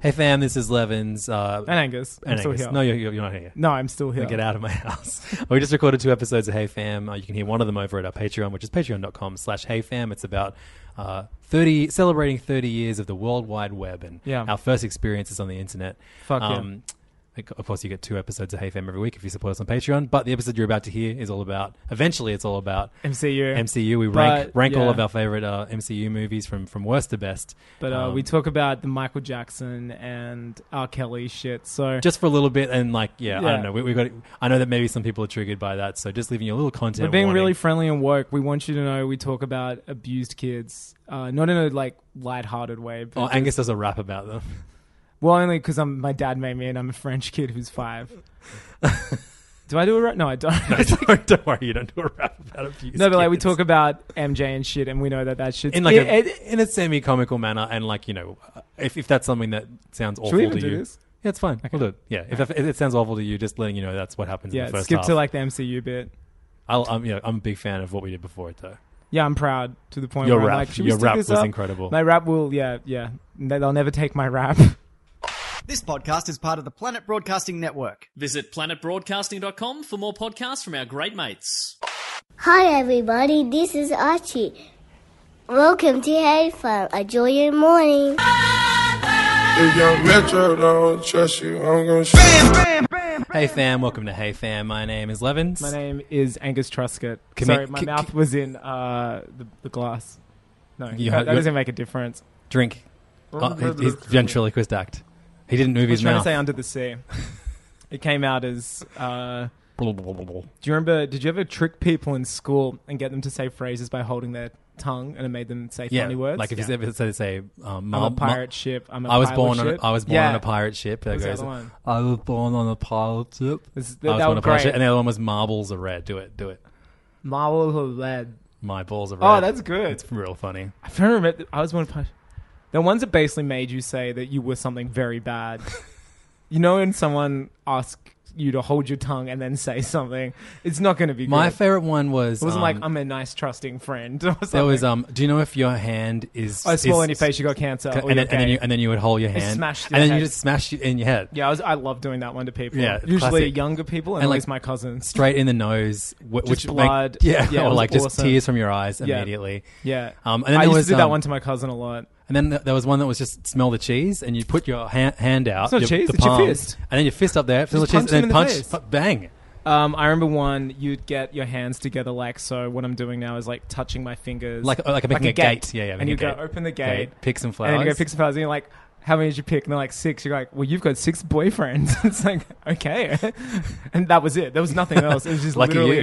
Hey fam, this is Levins. Uh, And Angus. I'm and still Angus. here. No, you're, you're you're not here. No, I'm still here. Get out of my house. we just recorded two episodes of Hey Fam. Uh, you can hear one of them over at our Patreon, which is patreon.com slash Hey Fam. It's about uh, 30, celebrating 30 years of the World Wide Web and Yeah. our first experiences on the internet. Um, Fuck yeah. like, Of course, you get two episodes of Hey Fam every week if you support us on Patreon. But the episode you're about to hear is all about, eventually, it's all about MCU. MCU. We rank, But, rank all yeah. of our favorite uh, MCU movies from, from worst to best. But uh, Um, we talk about the Michael Jackson and R. Kelly shit. So just for a little bit and like yeah, i Yeah. don't know we, we got i know that maybe some people are triggered by that so just leaving you a little content we're being warning. really friendly and woke. We want you to know we talk about abused kids, uh, not in a like lighthearted way. But oh angus does a rap about them well, only because I'm my dad made me, and I'm a French kid who's five. do I do it right? No, I don't. No, don't, don't worry you don't do a rap about abuse but like we kids. talk about MJ and shit, and we know that that shit's in like Yeah, a, it- in a semi-comical manner and like you know uh, if, if that's something that sounds awful should we even to do you this? yeah it's fine we'll do it yeah if, if it sounds awful to you just letting you know that's what happens in Yeah, the first skip half. to like the MCU bit. I'll, i'm you know i'm a big fan of what we did before it though Yeah, I'm proud to the point your where rap I'm like, should we your stick rap this was up? incredible My rap will, yeah, yeah. They- They'll never take my rap. This podcast is part of the Planet Broadcasting Network. Visit planetbroadcasting.com for more podcasts from our great mates. Hi, everybody. This is Archie. Welcome to Hey Fun. Enjoy your morning. If your metro don't trust you, I'm gonna shoot. hey fam welcome to hey fam my name is levins my name is Angus Truscott. Can Sorry, we- my can- mouth was in uh, the, the glass. No, You that, had- that you- doesn't make a difference. drink oh, his, his ventriloquist act he didn't move I was his trying mouth to say under the sea. it came out as. Uh, Blah, blah, blah, blah, blah. do you remember? Did you ever trick people in school and get them to say phrases by holding their tongue and it made them say Yeah, funny words? like if Yeah. you ever say, say um, I'm a mum- pirate ship. I'm a mum- I was pilot born on a, ship. I was born yeah. on a pirate ship. That What was the goes. other one? I was born on a pirate ship. This- I that- was that born on was a pirate great. ship. And the other one was marbles are red. Do it, do it. Marble of lead. My balls are red. Oh, that's good. It's real funny. I'm trying to remember. I was one punch. The ones that basically made you say that you were something very bad. you know, when someone asks you to hold your tongue and then say something, it's not going to be good. My favorite one was. it wasn't um, like I'm a nice, trusting friend. Or something. There was um. Do you know if your hand is? I swallow is- in your face, you got cancer. And or then, you're and then gay. you and then you would hold your hand, smashed your and then head. you just smash it in your head, yeah, I, was, I love doing that one to people. Yeah, usually classic. younger people and, And, always like, my cousins. straight in the nose, wh- Just which make- blood. yeah, Yeah, it or was like just awesome. tears from your eyes Yeah. immediately. Yeah, Um, and then I there used was, to do that um, one to my cousin a lot. And then th- there was one that was just smell the cheese, and you put your hand, hand out. It's not your, cheese, the it's your palms, fist. And then your fist up there, feel the Just cheese, and punch them then in the punch, face. fu- bang. Um, I remember one. You'd get your hands together like so. What I'm doing now is like touching my fingers, Like- oh, like I'm making a gate. Yeah, yeah, And making you a go gate. open the gate, Gate, pick some and then you flowers. go pick some flowers, and you're like, how many did you pick? And they're like six. You're like, well, you've got six boyfriends. it's like okay, and that was it. There was nothing else. It was just Lucky literally you.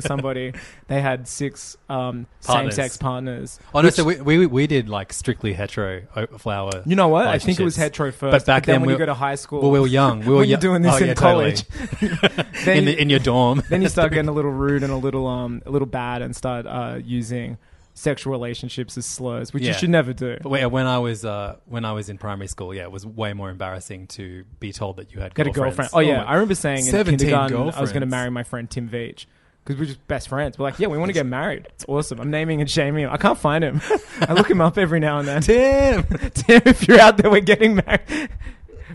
somebody they had six um, Partners. same-sex partners. Oh no, so we, we we did like strictly hetero o- flower. You know what? I think it was relationships. hetero But first. back then, then, when we, you go to high school, well, we were young. We were when you're young- doing this oh, in yeah, totally. college, then in you- the in your dorm. then you start getting a little rude and a little um a little bad and start uh using sexual relationships as slurs, which Yeah. you should never do. But wait, when I was uh, when I was in primary school, yeah, it was way more embarrassing to be told that you had Got a girlfriend. Oh yeah, I remember saying in 17 kindergarten I was going to girlfriends. marry my friend Tim Veach because we're just best friends. We're like, yeah, we want to get married. It's awesome. I'm naming and shaming him. I can't find him. I look him up every now and then. Tim. Tim, if you're out there, we're getting married.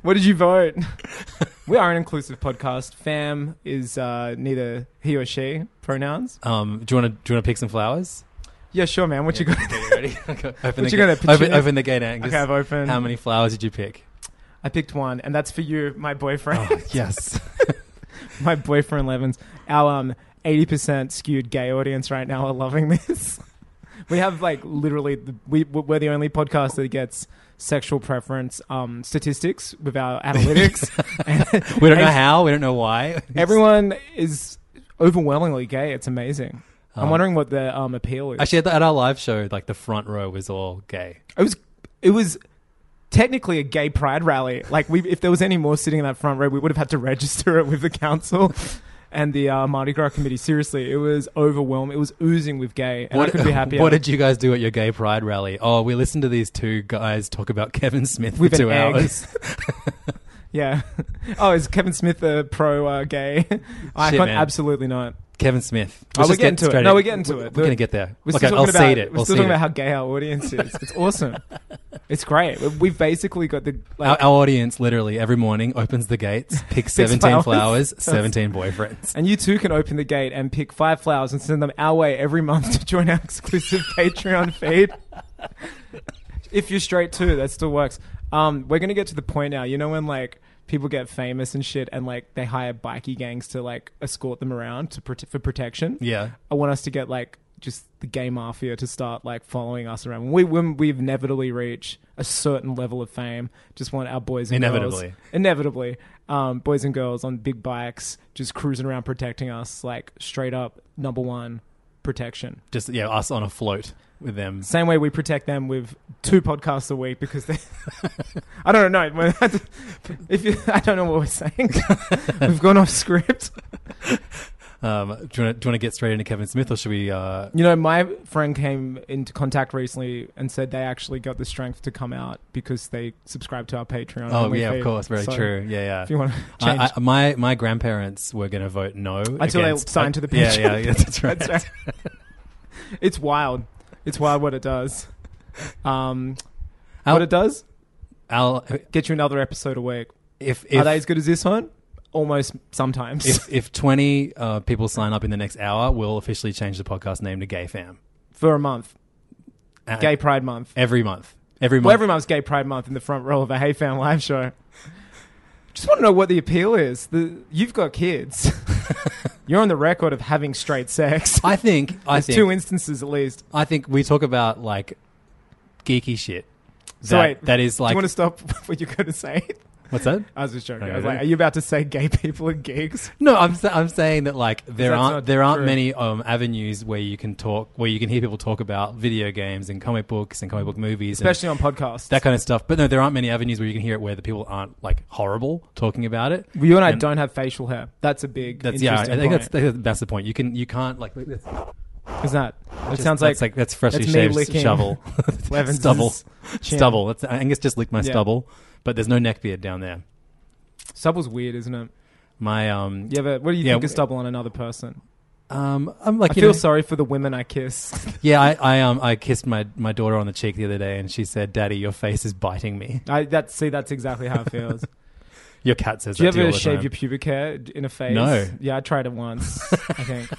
What did you vote? we are an inclusive podcast. Fam is uh, neither he or she pronouns. Um, do you want to do you want to pick some flowers? Yeah, sure, man. What you got? Okay, you ready? Okay, open, What the you gonna gate. open, picture? open the gate, Angus. Okay, I've opened. How many flowers did you pick? I picked one, and that's for you, my boyfriend. Oh. yes. my boyfriend Levins. Our um eighty percent skewed gay audience right now are loving this. we have like literally the, we we're the only podcast that gets sexual preference um statistics with our analytics. we don't know how. We don't know why. Everyone is overwhelmingly gay. It's amazing. I'm Um, wondering what the um appeal is. Actually, at, the, at our live show, like the front row was all gay. it was it was technically a gay pride rally. Like we, if there was any more sitting in that front row, we would have had to register it with the council and the uh, Mardi Gras committee. Seriously, it was overwhelming. It was oozing with gay, and I could be happy. What did you guys do at your gay pride rally? Oh, we listened to these two guys talk about Kevin Smith for With an two egg. hours. yeah. Oh, is Kevin Smith a pro uh, gay icon? man. Absolutely not. Kevin Smith. Oh, we're just get getting to it. straight No, in. we're getting to We're, it. we're gonna get there. We're okay, still I'll talking seed about, it. We're I'll still seed talking it. about how gay our audience is. It's awesome. it's great. We- We've basically got the Our, like, our audience literally every morning opens the gates, picks 17 flowers. flowers, That's- 17 boyfriends. And you too can open the gate and pick five flowers and send them our way every month to join our exclusive Patreon feed. if you're straight too, that still works. Um, we're gonna get to the point now. You know when like people get famous and shit, and like they hire bikie gangs to like escort them around to prote- for protection. Yeah. I want us to get like just the gay mafia to start like following us around. When we when we inevitably reach a certain level of fame, just want our boys and Inevitably. girls, inevitably, um, boys and girls on big bikes just cruising around protecting us, like straight up number one protection. Just yeah, us on a float with them. Same way we protect them with two podcasts a week because they, I don't know. when- If you, I don't know what we're saying, we've gone off script. Um, do you want to get straight into Kevin Smith, or should we? Uh, You know, my friend came into contact recently and said they actually got the strength to come out because they subscribe to our Patreon. oh and we yeah, pay- of course, very so true. Yeah, yeah. If you want to change, I, I, my my grandparents were going to vote no until against- they sign to the Yeah, Patreon. yeah, yeah, that's right. That's right. it's wild. It's wild what it does. Um, I'll- what it does? I'll, Get you another episode a week. if Are they as if, good as this one? Almost sometimes. if if twenty uh, people sign up in the next hour, we'll officially change the podcast name to Gay Fam. For a month, Uh, Gay Pride Month. every month, every month. Well, every month's Gay Pride Month in the front row of a Hey Fam live show. Just want to know what the appeal is. The, you've got kids. You're on the record of having straight sex. I think I There's think two instances at least. I think we talk about like geeky shit. So that, wait, that is Do like you want to stop what you're going to say? what's that? I was just joking. I was Okay. like, are you about to say gay people and gigs? No, I'm sa- I'm saying that like there That's aren't not there aren't true. many um, avenues where you can talk where you can hear people talk about video games and comic books and comic book movies, and Especially on podcasts. that kind of stuff. But no, there aren't many avenues where you can hear it where the people aren't like horrible talking about it. you and I and- don't have facial hair. That's a big That's yeah, I interesting think that's point. that's the point. You can you can't like that's, Is that? It just- sounds that's like, that's freshly that's me shaved licking shovel, Levins's stubble, chin. stubble. That's, Angus just licked my Yeah. stubble, but there's no neck beard down there. stubble's weird, isn't it? My um Yeah, but what do you Yeah, think w- of stubble on another person? um I'm like I you feel know- sorry for the women I kiss. yeah I, I um I kissed my my daughter on the cheek the other day and she said Daddy your face is biting me. I that see that's exactly how it feels. Your cat says Do you that to you ever all the shave time. your pubic hair d- in a phase? No. Yeah, I tried it once. I think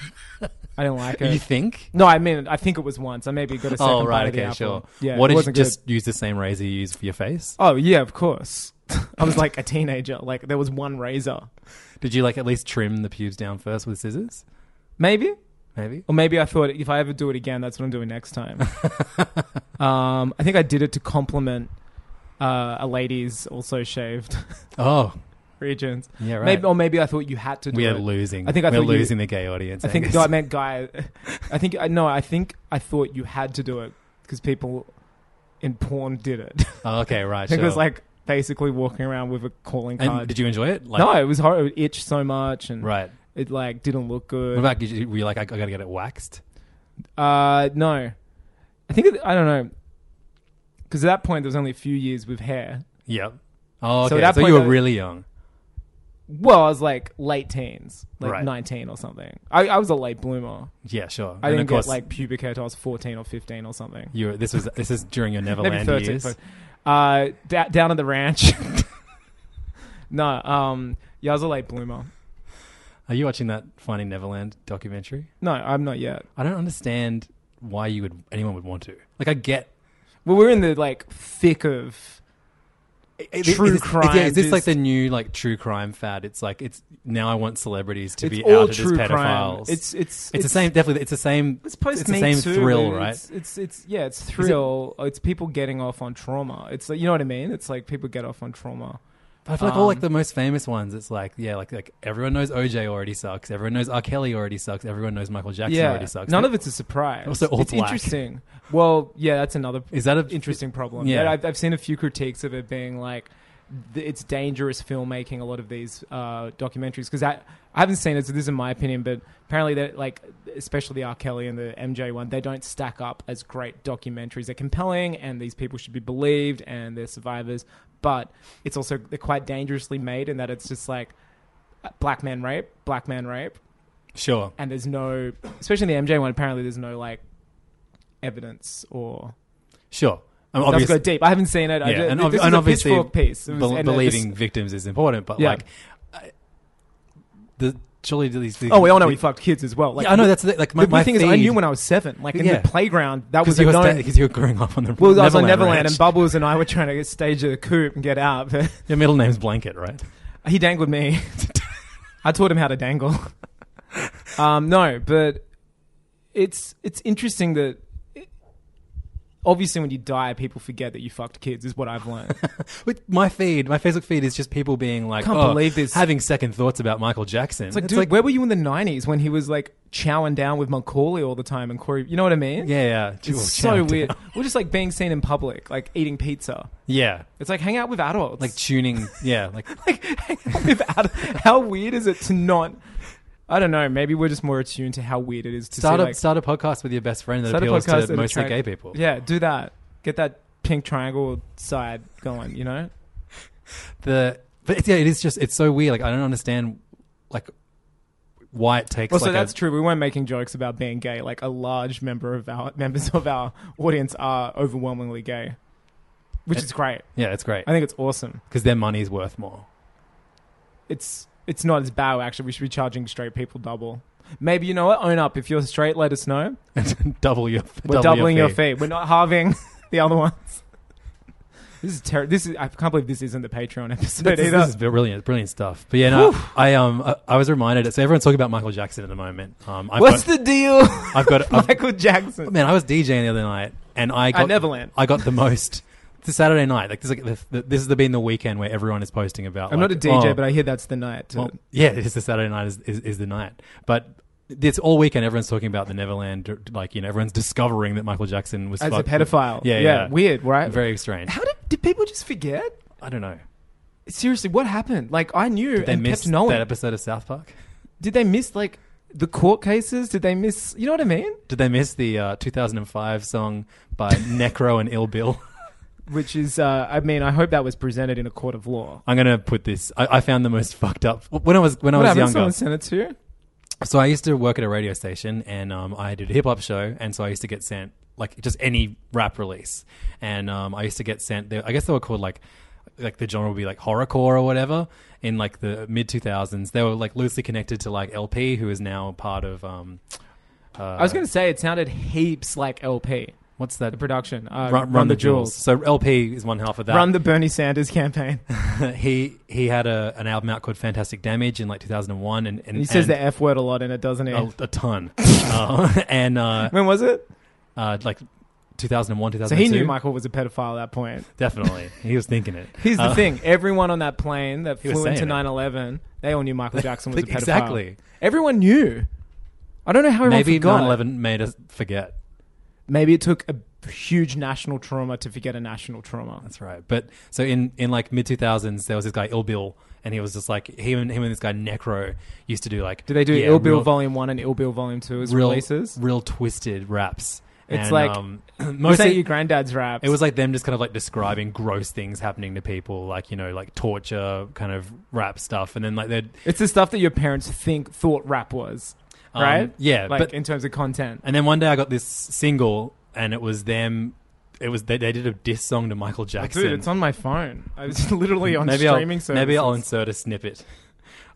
I didn't like it. You think? no, I mean I think it was once. I maybe got a second Oh bite right of the okay apple. sure. Yeah, what did it you wasn't just good. use the same razor you use for your face? Oh yeah, of course. I was like a teenager. Like there was one razor, Did you like at least trim the pubes down first with scissors? maybe. Maybe. Or maybe I thought if I ever do it again, that's what I'm doing next time. um, I think I did it to compliment uh, a lady's also shaved Oh regions. yeah right. Maybe, or maybe I thought you had to do we are it. losing. I think I we're thought you- losing the gay audience. eh? I think Angus. no, I meant guy. I think I no. I think I thought you had to do it because people in porn did it. Oh, okay, right. I think sure. it was like basically walking around with a calling And card. did you enjoy it? Like, no, it was horrible. It itched so much, and Right. it like didn't look What good. about did you, were you like I, I gotta get it waxed? uh, no, I think it, I don't know because at that point there was only a few years with hair. Yep. Oh, okay. So So, at that you point, were I- really young. Well, I was like late teens, like Right. nineteen or something. I, I was a late bloomer. Yeah, sure. I and didn't of course, get like pubic hair till I was fourteen or fifteen or something. you. Were, this was this is during your maybe Neverland 13 years. but- uh da- down at the ranch no um yeah i was a late bloomer Are you watching that Finding Neverland documentary? no i'm not yet I don't understand why you would anyone would want to. Like I get Well, we're in the like thick of Is- True is this, crime Yeah, is this is- like the new like true crime fad? It's like it's now I want celebrities to it's be all outed true as pedophiles. crime. It's it's It's the same. Definitely, it's the same. It's post It's the Me same Too, thrill, but right? It's, it's it's yeah, it's thrill. It's people getting off on trauma. It's like you know what I mean. It's like people get off on trauma. But I feel like all like Um, the most famous ones. It's like yeah, like like everyone knows OJ already sucks. Everyone knows R. Kelly already sucks. Everyone knows Michael Jackson yeah, already sucks. none But of it's a surprise. Also all it's black. interesting. Well, yeah, that's another. Is that a- interesting problem? Yeah. Yeah, I've, I've seen a few critiques of it being like th- it's dangerous filmmaking. A lot of these uh, documentaries because I I haven't seen it, so this is my opinion. But apparently, that like especially the R. Kelly and the MJ one, they don't stack up as great documentaries. They're compelling, and these people should be believed, and they're survivors. But it's also they're quite dangerously made in that it's just like uh, black man rape, black man rape, sure. and there's no, especially in the MJ one. Apparently, there's no like evidence or. Sure. Um, That's obviously, go deep. I haven't seen it. I yeah, ju- and, this ob- is and a obviously, Pitchfork piece. It was- bel- and, uh, believing this- victims is important, but Yeah. like, I, the surely these, these. oh, we all know he these- fucked kids as well. Like, yeah, I know that's the, like my, the my weird thing is, I feed- knew when I was seven. Like in Yeah. the playground, that was because a you were known. sta- 'cause you were growing up on the well, I was on Neverland, ranch. and Bubbles and I were trying to stage a coup and get out. but Your middle name's Blanket, right? he dangled me. I taught him how to dangle. um, no, but it's it's interesting that. Obviously, when you die, people forget that you fucked kids. Is what I've learned. With my feed, my Facebook feed is just people being like, Can't "Oh, believe this." having second thoughts about Michael Jackson. It's like, dude, where were you in the '90s when he was like chowing down with Macaulay all the time and Corey? You know what I mean? yeah, yeah, it's so weird. We're just like being seen in public, like eating pizza. Yeah, It's like hang out with adults. like tuning. Yeah, like like hang out with adults. How weird is it to not? I don't know. Maybe we're just more attuned to how weird it is to start see, a like, start a podcast with your best friend that start a appeals podcast to and mostly gay attract- people. Yeah, do that. Get that pink triangle side going. You know. the but it's, yeah, it is just it's so weird. Like I don't understand like why it takes. Well, so like that's a, true. We weren't making jokes about being gay. Like a large member of our members of our audience are overwhelmingly gay, which is great. Yeah, it's great I think it's awesome. because their money is worth more. It's it's not as bad actually. We should be charging straight people double. Maybe you know what? Own up. If you're straight, let us know. double your We're double doubling your fee. fee. We're not halving the other ones. This is terrible. This is I can't believe this isn't the Patreon episode This, is- either. this is brilliant, brilliant stuff. But yeah, no, I um, I, I was reminded. So everyone's talking about Michael Jackson at the moment. Um, I've What's got, the deal, I've got I've, Michael Jackson? man, I was DJing the other night, and I got Neverland. I got the most. It's a Saturday night. Like this, is like the, the, this has been the weekend where everyone is posting about. I'm like, not a DJ, oh, but I hear that's the night. well, yeah, it's the Saturday night is, is, is the night. But it's all weekend. Everyone's talking about the Neverland. Like you know, everyone's discovering that Michael Jackson was As a fucked- pedophile. Yeah, yeah, Yeah, weird, right? Very strange. How did did people just forget? I don't know. Seriously, what happened? Like I knew They and missed kept knowing. that episode of South Park. Did they miss like the court cases? Did they miss? You know what I mean? Did they miss the uh, 2005 song by Necro and Ill Bill? Which is, uh, I mean, I hope that was presented in a court of law. I'm gonna put this. I, I found the most fucked up when I was when I What was happened? younger. Someone sent it to you. So I used to work at a radio station, and um, I did a hip hop show, and so I used to get sent like just any rap release, and um, I used to get sent. They, I guess they were called like like the genre would be like horrorcore or whatever in like the mid two thousands. They were like loosely connected to like LP, who is now part of um, I Uh, was going to say it sounded heaps like LP. what's that The production, uh, Run, Run the Jewels. So LP is one half of that. Run the Bernie Sanders campaign. he he had a, an album out called Fantastic Damage in like two thousand and one, and and He says and Oh. the F word a lot in it, doesn't he? a, a ton, uh, and uh, When was it? uh, like. 2001, 2002. So he knew Michael was a pedophile at that point. Definitely. He was thinking it. Here's the Uh, thing everyone on that plane that was flew into saying it. 9 11, they all knew Michael Jackson was a pedophile. Exactly. Everyone knew. I don't know how everyone Maybe forgot. 9 11 made us forget. Maybe it took a huge national trauma to forget a national trauma. That's right. But so in, in like mid 2000s, there was this guy, Ill Bill, and he was just like, him and, him and this guy, Necro, used to do like. Do they do yeah, Ill Bill real- Volume 1 and Ill Bill Volume 2 as real, releases? Real twisted raps. It's And, like- Um, Most mostly. ain't your granddad's raps. it was like them just kind of like describing gross things happening to people, like, you know, like torture kind of rap stuff. And then like they'd. It's the stuff that your parents think thought rap was, Um, right? yeah, like but- in terms of content. And then one day I got this single, and it was them. It was they, they did a diss song to Michael Jackson. Dude, it's on my phone. I was literally on maybe streaming I'll, services. Maybe I'll insert a snippet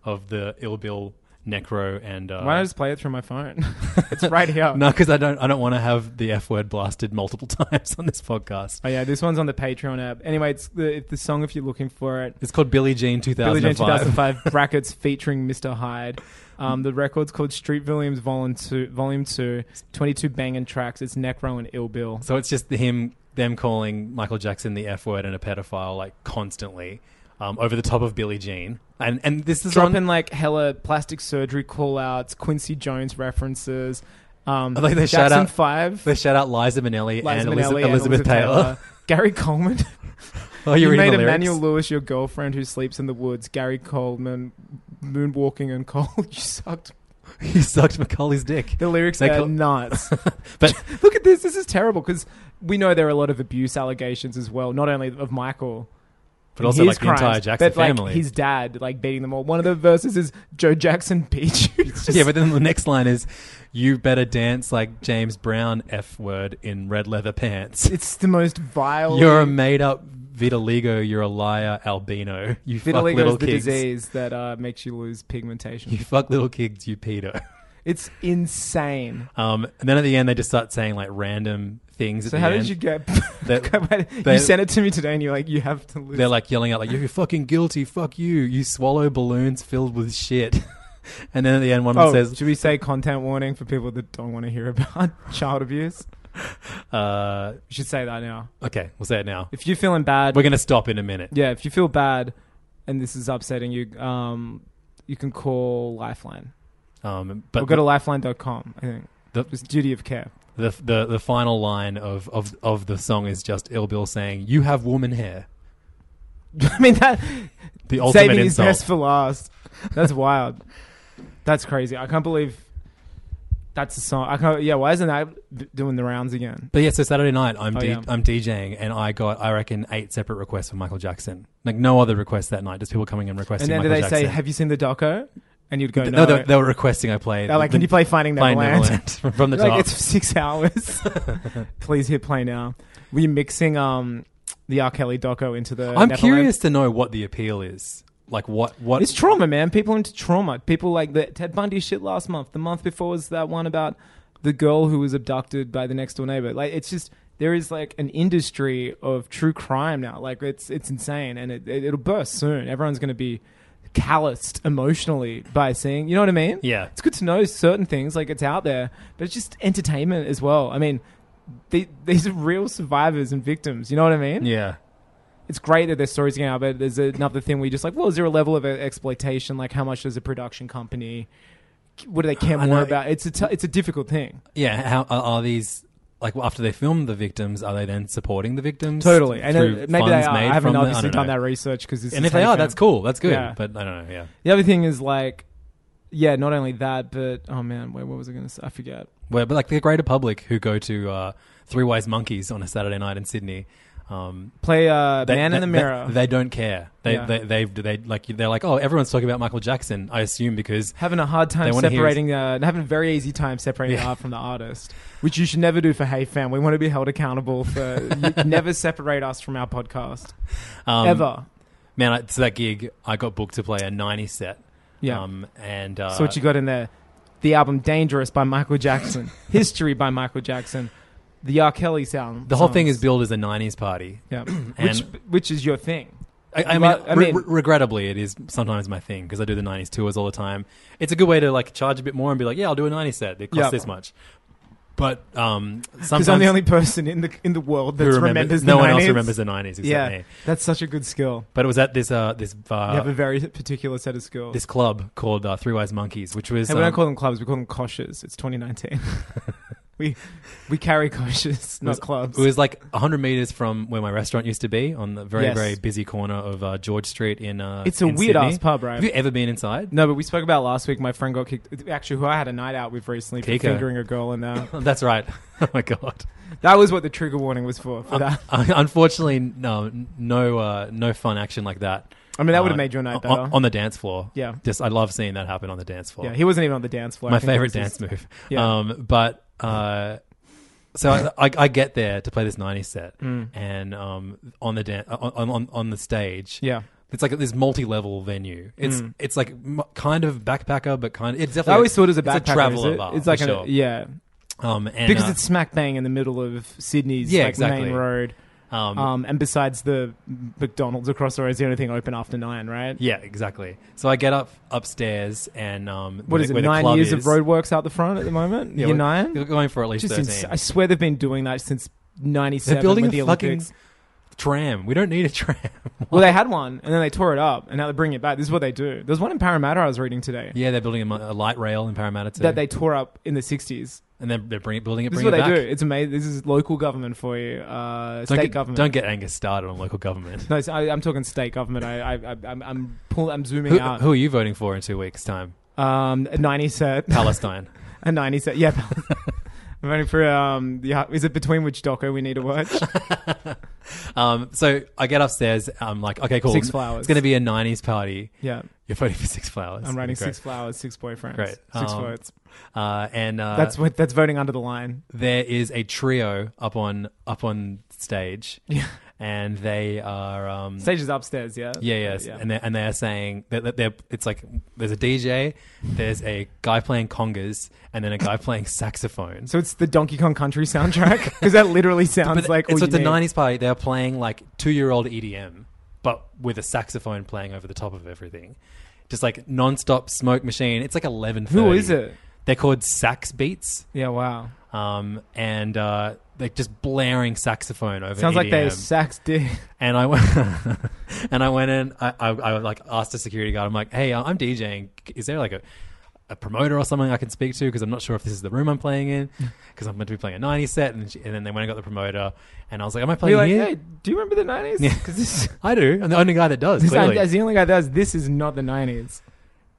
of the Ill Bill Necro and uh, Why don't I just play it through my phone? it's right here. no, because I don't. I don't want to have the F word blasted multiple times on this podcast. Oh yeah, this one's on the Patreon app. Anyway, it's the it's the song if you're looking for it. It's called Billie Jean Billie 2005. Jean 2005 brackets featuring Mr. Hyde. Um, the record's called Street Williams Volume 2, Volume 2 22 banging tracks. It's Necro and Ill Bill. So it's just him, them calling Michael Jackson the F word and a pedophile like constantly, um, over the top of Billie Jean. And and this is on. Dropping like hella plastic surgery call outs, Quincy Jones references. Um, I like they shout Jackson out- 5. They shout out Liza Minnelli Liza and Minnelli Elizabeth, and Elizabeth Taylor. Gary Coleman. Oh, you're reading you made the lyrics? Emmanuel Lewis your girlfriend who sleeps in the woods. Gary Coleman, moonwalking and cold. You sucked. He sucked Macaulay's dick. The lyrics They are call- nuts. But Look at this. This is terrible because we know there are a lot of abuse allegations as well, not only of Michael. but and also his like the entire crimes, Jackson but, like, family. his dad, like beating them all. One of the verses is Joe Jackson beat you. It's just- yeah, but then the next line is, "You better dance like James Brown F word in red leather pants." it's the most vile. You're a made up vitiligo. You're a liar, albino. You fuck Vitiligo little is the kids. disease that uh, makes you lose pigmentation. You fuck little kids. You pedo. It's insane. Um, and then at the end, they just start saying like random things. At So the how end. did you get? That- you that- sent it to me today, and you're like, you have to lose. They're like yelling out like, "You're fucking guilty. Fuck you. You swallow balloons filled with shit." and then at the end, one oh, of them says, should we say content warning for people that don't want to hear about child abuse? uh, We should say that now. "Okay, we'll say it now. If you're feeling bad, We're gonna stop in a minute." yeah, if you feel bad, and this is upsetting you, um, you can call Lifeline. Um, But but or go to lifeline.com. I think the, it's duty of care. the the the final line of of of the song is just Ill Bill saying, "You have woman hair." I mean that The ultimate saving his insult. best for last. That's wild. That's crazy. I can't believe that's a song. I can't. Yeah, why isn't that doing the rounds again? But yeah, so Saturday night I'm Oh, D- yeah. I'm DJing and I got I reckon eight separate requests for Michael Jackson. Like no other requests that night, just people coming and requesting. And then do Michael they Jackson. say, "Have you seen the doco?" And you'd go, Th- "No." no, they, they were requesting I play. They're like, "Can you play Finding play Neverland?" Neverland from the You're top? like it's six hours. Please hit play now. Were you mixing um the R. Kelly doco into the? I'm Neverland? curious to know what the appeal is. Like what what It's trauma, man. People are into trauma. People like the Ted Bundy shit last month. The month before was that one about the girl who was abducted by the next door neighbor. Like it's just there is like an industry of true crime now. Like it's it's insane, and it, it it'll burst soon. Everyone's gonna be calloused emotionally by seeing. You know what I mean? Yeah. It's good to know certain things. Like it's out there, but it's just entertainment as well. I mean. the- These are real survivors and victims. You know what I mean? yeah. it's great that there's stories going out, but there's another thing where you're just like, well, is there a level of uh, exploitation? Like, how much does a production company? What do they care I more know. about? It's a t- it's a difficult thing. Yeah, how are, are these like well, after they film the victims, are they then supporting the victims? Totally, and through uh, maybe they funds are. I made haven't from the- obviously don't done know. that research because And if they are, that's cool. That's good. Yeah. But I don't know. Yeah. The other thing is like, yeah, not only that, but oh man, wait, what was I going to say? I forget. Well, but like the greater public who go to uh, Three Wise Monkeys on a Saturday night in Sydney, um, Play uh, they- Man in they- the Mirror. They, they don't care. They, Yeah. they they they like they're like oh everyone's talking about Michael Jackson. I assume because having a hard time They wanna hear his- separating, uh, having a very easy time separating Yeah. the art from the artist, which you should never do for Hey Fam. We want to be held accountable for. you never separate us from our podcast um, ever. man, I, to that gig I got booked to play a ninety set. Yeah. Um, and uh, So what you got in there? The album "Dangerous" by Michael Jackson, "History" by Michael Jackson, the R. Kelly sound. the whole thing is songs. billed as a nineties party. yeah, which and- which is your thing. I, I You mean, like- I re- mean- re- regrettably, it is sometimes my thing because I do the '90s tours all the time. It's a good way to like charge a bit more and be like, "Yeah, I'll do a '90s set. It costs Yeah. this much." But um, sometimes Because I'm the only person in the in the world that who remember- remembers. no the one 90s. else remembers the '90s except Yeah, me. that's such a good skill. But it was at this uh, this uh, you have a very particular set of skills. this club called uh, Three Wise Monkeys, which was hey, we um, don't call them clubs; we call them koshes. It's 2019. we we carry koshes, was- not clubs. It was like 100 meters from where my restaurant used to be on the very Yes. very busy corner of uh, George Street in. Uh, It's a in weird Sydney. ass pub, right? Have you ever been inside? no, but we spoke about last week. My friend got kicked. Actually, who I had a night out with recently for Kiko. fingering a girl in there. That's right. oh my god. That was what the trigger warning was for. Um, For that, Un- Unfortunately, no, no, uh, no fun action like that. I mean, that would Uh, have made your night better. on, on the dance floor. Yeah. just I love seeing that happen on the dance floor. yeah, he wasn't even on the dance floor. I my think favorite it dance was just- move. Yeah. Um, but uh, so I, I, I get Mm. there to play this '90s set, and um, uh, on the dan- on, on on the stage, Yeah, Mm. It's like this multi-level venue. It's it's like m- kind of backpacker, but kind. Of, it's definitely I always thought it was a it's backpacker. traveler is it? bar. It's like for an, sure. yeah, um, and, because uh, it's smack bang in the middle of Sydney's Yeah, like, exactly. main road. um, Um, and besides the McDonald's across the road is the only thing open after nine, right? yeah, exactly. So I get up upstairs and um, What where, is where it? the Nine club years is. of roadworks out the front at the moment. Yeah, Year we're- nine. We're going for at least Just ins- thirteen. I swear they've been doing that since '97. They're building with the a fucking Olympics. tram. We don't need a tram. Well, they had one, and then they tore it up, and now they're bringing it back. This is what they do. There's one in Parramatta I was reading today yeah, they're building a, mo- a light rail in Parramatta too, that they tore up in the '60s. and then they're bring, building it. This is bring what it they back. do. It's amazing. This is local government for you. Uh, Don't state get, government. Don't get Angus started on local government. No, it's- I, I'm talking state government. I, I, I I'm, I'm pull, I'm zooming Who, out. who are you voting for in two weeks' time? Um, a 90 set. Palestine. A 90 set. Yeah. I'm voting for um. The, is it between which doco we need to watch? um, so I get upstairs. I'm like, okay, cool. Six Flowers. It's going to be a '90s party. yeah. You're voting for Six Flowers. I'm writing Great. six flowers, six boyfriends, Great. six Um, votes. Uh, and uh, That's what. That's voting under the line. there is a trio up on up on stage, and they are um, Stage is upstairs. Yeah. yeah, yes, and they and they are saying that, that they're it's like there's a DJ, there's a guy playing congas, and then a guy playing saxophone. so it's the Donkey Kong Country soundtrack because that literally sounds but like all it's you at the need. '90s party. They're playing like two-year-old EDM, but with a saxophone playing over the top of everything, just like non-stop smoke machine. It's like eleven. Who is it? They're called sax beats, Yeah. Wow. um, and uh, like just blaring saxophone over. Sounds like they EDM. sax dick. And I went, and I went in. I, I, I like asked the security guard. I'm like, "Hey, uh, I'm DJing. Is there like a, a promoter or something I can speak to? Because I'm not sure if this is the room I'm playing in. Because I'm meant to be playing a '90s set." And, she, and then they went and got the promoter. And I was like, "Am I Be playing like, here?" hey, do you remember the nineties? Oh, Yeah. Because this, I do. I'm the only guy that does. this clearly. as the only guy that does this is not the nineties.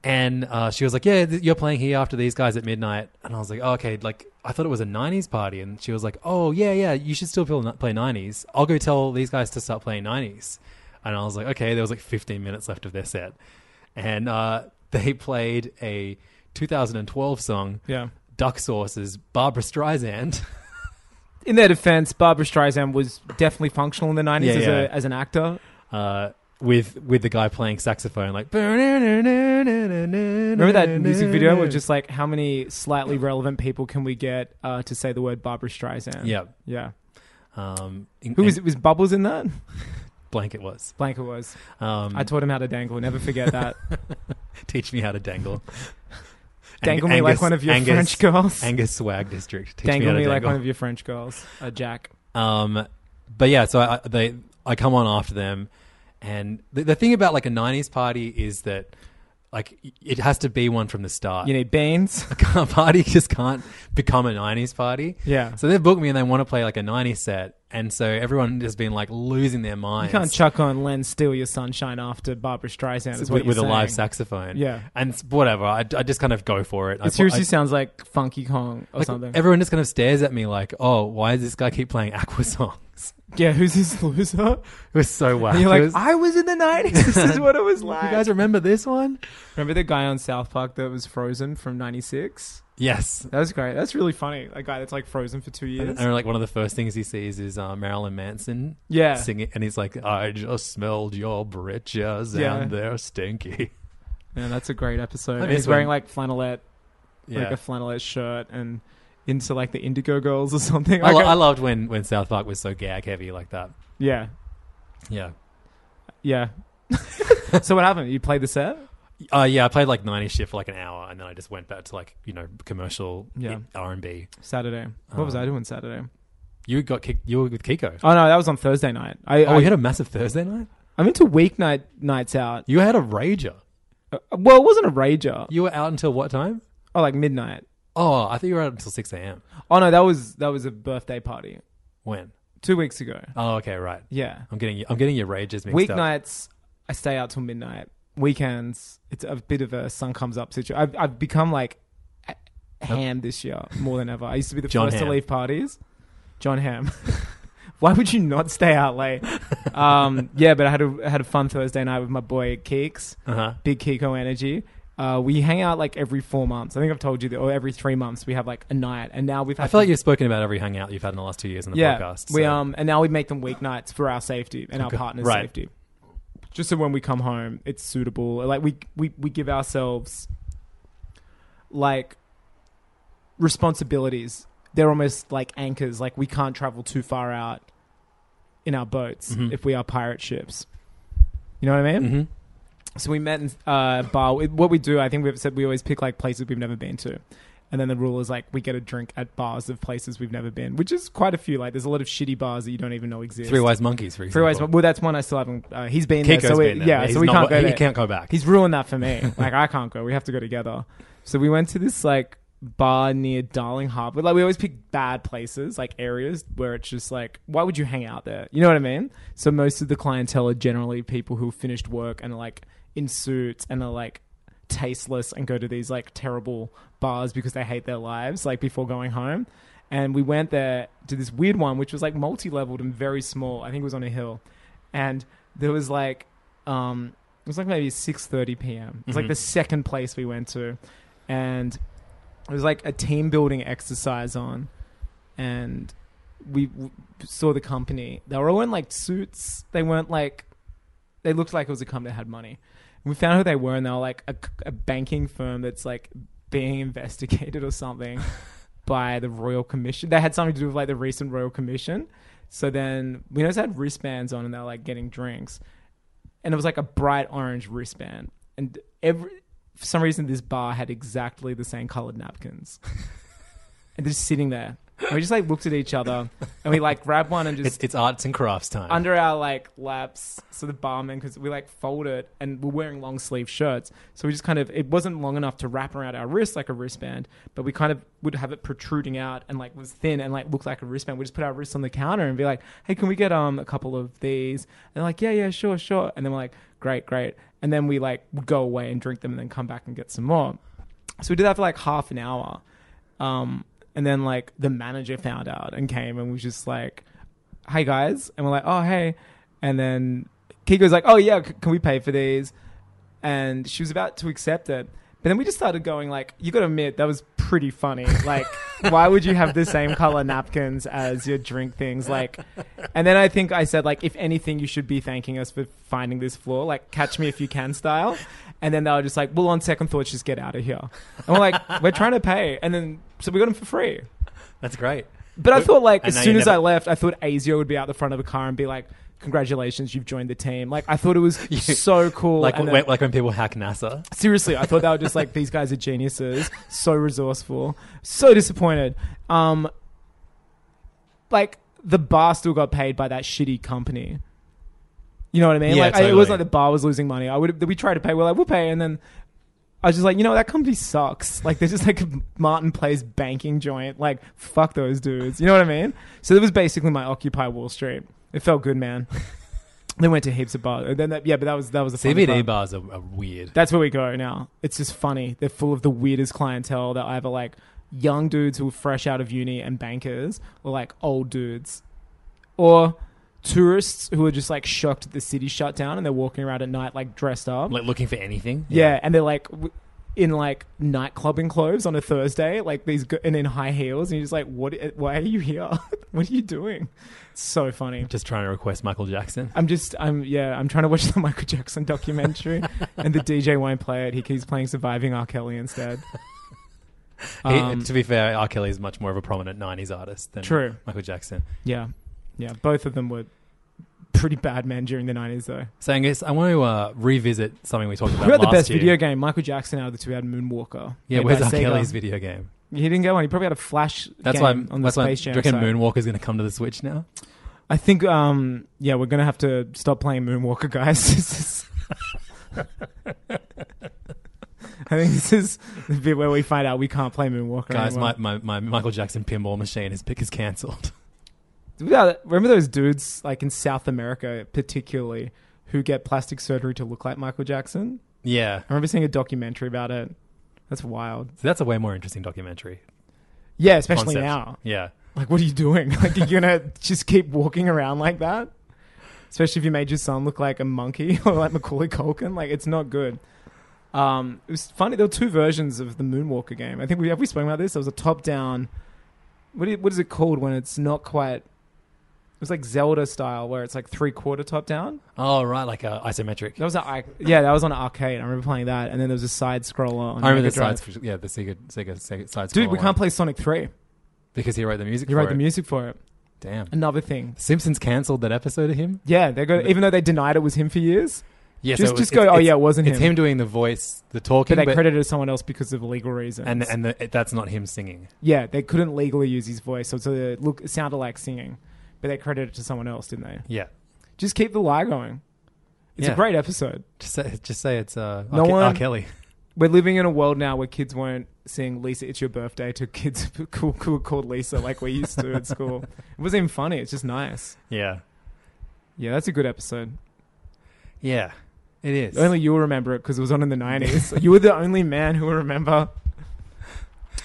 and uh, she was like, "Yeah, th- you're playing here after these guys at midnight." And I was like, oh, "Okay, like I thought it was a '90s party." And she was like, "Oh yeah, yeah, you should still play play '90s. I'll go tell these guys to start playing '90s." And I was like, "Okay." There was like 15 minutes left of their set, and uh, they played a 2012 song, Yeah. Duck Sauce's Barbara Streisand. In their defense, Barbara Streisand was definitely functional in the nineties Yeah, as, yeah. A, as an actor. Uh, with with the guy playing saxophone, like remember Remember that music video where just like how many slightly relevant people can we get uh, to say the word Barbara Streisand? yeah. Yeah. Um, Who was it? Was Bubbles in that? blanket was? Blanker was. Um, I taught him how to dangle. Never forget that. Teach me how to dangle. Dangle me like one of your French girls. Angus Swag District. Teach dangle me, me, how to like dangle. one of your French girls. A jack. Um, but yeah, so I, I- they I come on after them, and the, the thing about like a '90s party is that like y- it has to be one from the start. You need beans. a car party just can't become a 90s party. Yeah. So they've booked me and they want to play like a 90s set. And so everyone has been like losing their You minds. can't chuck on Len Steal Your Sunshine after Barbara Streisand. Is what with, with a you're live saying. saxophone. Yeah. And s- whatever. I, I just kind of go for it. I, It seriously I- sounds like Funky Kong or like, something. Everyone just kind of stares at me like, oh, why does this guy keep playing Aqua songs? yeah, who's this loser? It was so whack. And you're It like, was- I was in the 90s. This is what it was like. "Ah, you guys remember this one? remember the guy on South Park that was frozen from 96? Yes. That was great. That's really funny. A guy that's like frozen for two And years. and, like one of the first things he sees is uh, Marilyn Manson Yeah. singing, and he's like, "I just smelled your britches Yeah. and they're stinky." Yeah, that's a great episode. And miss he's wearing when- like flannelette, Yeah, like a flannelette shirt and into like the Indigo Girls or something. I, Like, lo- a- I loved when, when South Park was so gag heavy like that. yeah, Yeah. yeah. so what happened? You played the set? Uh, yeah, I played like 90 shift for like an hour and then I just went back to like, you know, commercial Yeah. R&B. Saturday. What Uh. was I doing Saturday? You got kicked, you were with Kiko. Oh no, that was on Thursday night. I, oh, I you had a massive Thursday night? I'm into weeknight nights out. You had a rager. Uh, Well, it wasn't a rager. You were out until what time? Oh, like midnight. Oh, I thought you were out until 6 a.m. Oh no, that was that was a birthday party When? two weeks ago. Oh, okay, right. Yeah, I'm getting I'm getting your rages mixed up. weeknights I stay out till midnight. Weekends it's a bit of a sun comes up situation. I've I've become like a- ham this year more than ever. I used to be the John first Ham. to leave parties. John Ham. Why would you not stay out late? Um, yeah, but I had a I had a fun Thursday night with my boy Keeks. Uh-huh. Big Kiko Energy. Uh, we hang out like every four months. I think I've told you that, or every three months we have like a night. And now we've had I feel like you've spoken about every hangout you've had in the last two years on the yeah podcast. we so- um and now we make them weeknights for our safety and our partner's Right. safety. just so when we come home, it's suitable. Like we we we give ourselves like responsibilities. They're almost like anchors. Like we can't travel too far out in our boats if we are pirate ships. You know what I mean? Mm-hmm. So we met in uh, a bar. We- What we do, I think we've said we always pick like places we've never been to. And then the rule is like we get a drink at bars of places we've never been, which is quite a few. Like there's a lot of shitty bars that you don't even know exist. Three wise monkeys, for Three example. ways. Well, that's one I still haven't. Uh, he's been Kiko's there, so we, been there. yeah. He's So we not- can't go. He there. can't go back. He's ruined that for me. like I can't go. We have to go together. So we went to this like bar near Darling Harbour. Like we always pick bad places, like areas where it's just like, why would you hang out there? You know what I mean? So most of the clientele are generally people who finished work and are like in suits and are like tasteless and go to these like terrible bars because they hate their lives, like before going home. And we went there to this weird one, which was like multi leveled and very small. I think it was on a hill. And there was like, um, it was like maybe 6.30 p.m. It was like the second place we went to. And it was like a team building exercise on. And we w- saw the company. They were all in like suits. They weren't like, they looked like it was a company that had money. And we found who they were, and they were like a, a banking firm that's like being investigated or something by the Royal Commission. They had something to do with like the recent Royal Commission. So then we noticed they had wristbands on and they were like getting drinks. And it was like a bright orange wristband. And every for some reason this bar had exactly the same coloured napkins. and they're just sitting there. And we just like looked at each other and we like grabbed one and just It's, it's arts and crafts time. under our like laps so the barman because we like fold it and we're wearing long sleeve shirts so we just kind of it wasn't long enough to wrap around our wrist like a wristband but we kind of would have it protruding out and like was thin and like looked like a wristband we just put our wrists on the counter and be like hey can we get um a couple of these and they're like yeah yeah sure sure and then we're like great great and then we like would go away and drink them and then come back and get some more so we did that for like half an hour um and then like the manager found out and came and was just like hey guys and we're like oh hey and then kiko's like oh yeah c- can we pay for these and she was about to accept it but then we just started going like you gotta admit that was pretty funny like why would you have the same color napkins as your drink things like and then i think i said like if anything you should be thanking us for finding this floor like catch me if you can style and then they were just like well on second thoughts just get out of here and we're like we're trying to pay and then so we got them for free That's great. but I thought like And as now soon you as I never- left, I thought Azio would be out the front of a car and be like, "Congratulations, you've joined the team." Like I thought it was so cool. Like And when, then- like when people hack NASA. seriously, I thought they were just like these guys are geniuses, so resourceful, so disappointed. Um, like the bar still got paid by that shitty company. You know what I mean? Yeah, like I, it was totally. like the bar was losing money. I would we tried to pay. We're like we'll pay, and then I was just like, you know, that company sucks. Like they're just like a Martin Place banking joint. Like fuck those dudes. You know what I mean? So that was basically my Occupy Wall Street. It felt good, man. then went to heaps of bars. And Then that, yeah, but that was that was a CBD funny part. bars are, are weird. That's where we go now. It's just funny. They're full of the weirdest clientele that either like young dudes who are fresh out of uni and bankers, or like old dudes, or tourists who are just like shocked at the city shut down and they're walking around at night like dressed up. Like looking for anything. yeah. and they're like w- in like nightclubbing clothes on a Thursday, like these, go- and in high heels, and you're just like, what? Why are you here? what are you doing? It's so funny. Just trying to request Michael Jackson. I'm just, I'm, yeah, I'm trying to watch the Michael Jackson documentary, and the DJ won't play it. He keeps playing Surviving R. Kelly instead. He- Um, to be fair, R. Kelly is much more of a prominent 90s artist than True. Michael Jackson. Yeah, yeah, both of them were pretty bad men during the 90s, though. So, Angus, I want to uh, revisit something we talked about Who had the last best year. video game? Michael Jackson out of the two had Moonwalker. Yeah, made where's by R. Sega. Kelly's video game? He didn't get one. He probably had a Flash That's game why. I'm, on the that's why. Space Do Jam. you reckon side. Moonwalker's going to come to the Switch now? I think, um, yeah, we're gonna have to stop playing Moonwalker, guys. This is- I think this is the bit where we find out we can't play Moonwalker. Guys, anymore. my, my, my Michael Jackson pinball machine, his pick is cancelled. Yeah, remember those dudes like in South America, particularly, who get plastic surgery to look like Michael Jackson? yeah. I remember seeing a documentary about it. That's wild. So that's a way more interesting documentary. Yeah, especially concept. now. Yeah. Like, what are you doing? Like, are you gonna just keep walking around like that? Especially if you made your son look like a monkey or like Macaulay Culkin. Like, it's not good. Um, it was funny. There were two versions of the Moonwalker game. I think we have we spoken about this. There was a top-down. What, do you- what is it called when it's not quite? was like Zelda style, where it's like three quarter top down. Oh right, like uh, isometric. That was a, yeah, that was on arcade. I remember playing that, and then there was a side scroller. On I remember Mega the sides. Drive. Yeah, the Sega Sega, Sega sides. Dude, we can't play Sonic Three. because he wrote the music. You for wrote the it. music for it. Damn. Another thing. Simpsons cancelled that episode of him. Yeah, they got even though they denied it was him for years, Yeah, Just- it just go, it's- "Oh, it's- yeah, it wasn't It's him." him doing the voice, the talking, but they but- credited someone else because of legal reasons. and and the, it- that's not him singing. yeah, they couldn't legally use his voice, so it's a look it sounded like singing, but they credited it to someone else, didn't they? Yeah. Just keep the lie going. It's Yeah. a great episode. Just say, just say it's uh, No R. Ke- one- R. Kelly. We're living in a world now where kids won't sing "Lisa, it's your birthday" to kids who call- who are called Lisa like we used to at school. It wasn't even funny. It's just nice. Yeah. Yeah, that's a good episode. Yeah. It is. Only you'll remember it because it was on in the 90s. you were the only man who will remember.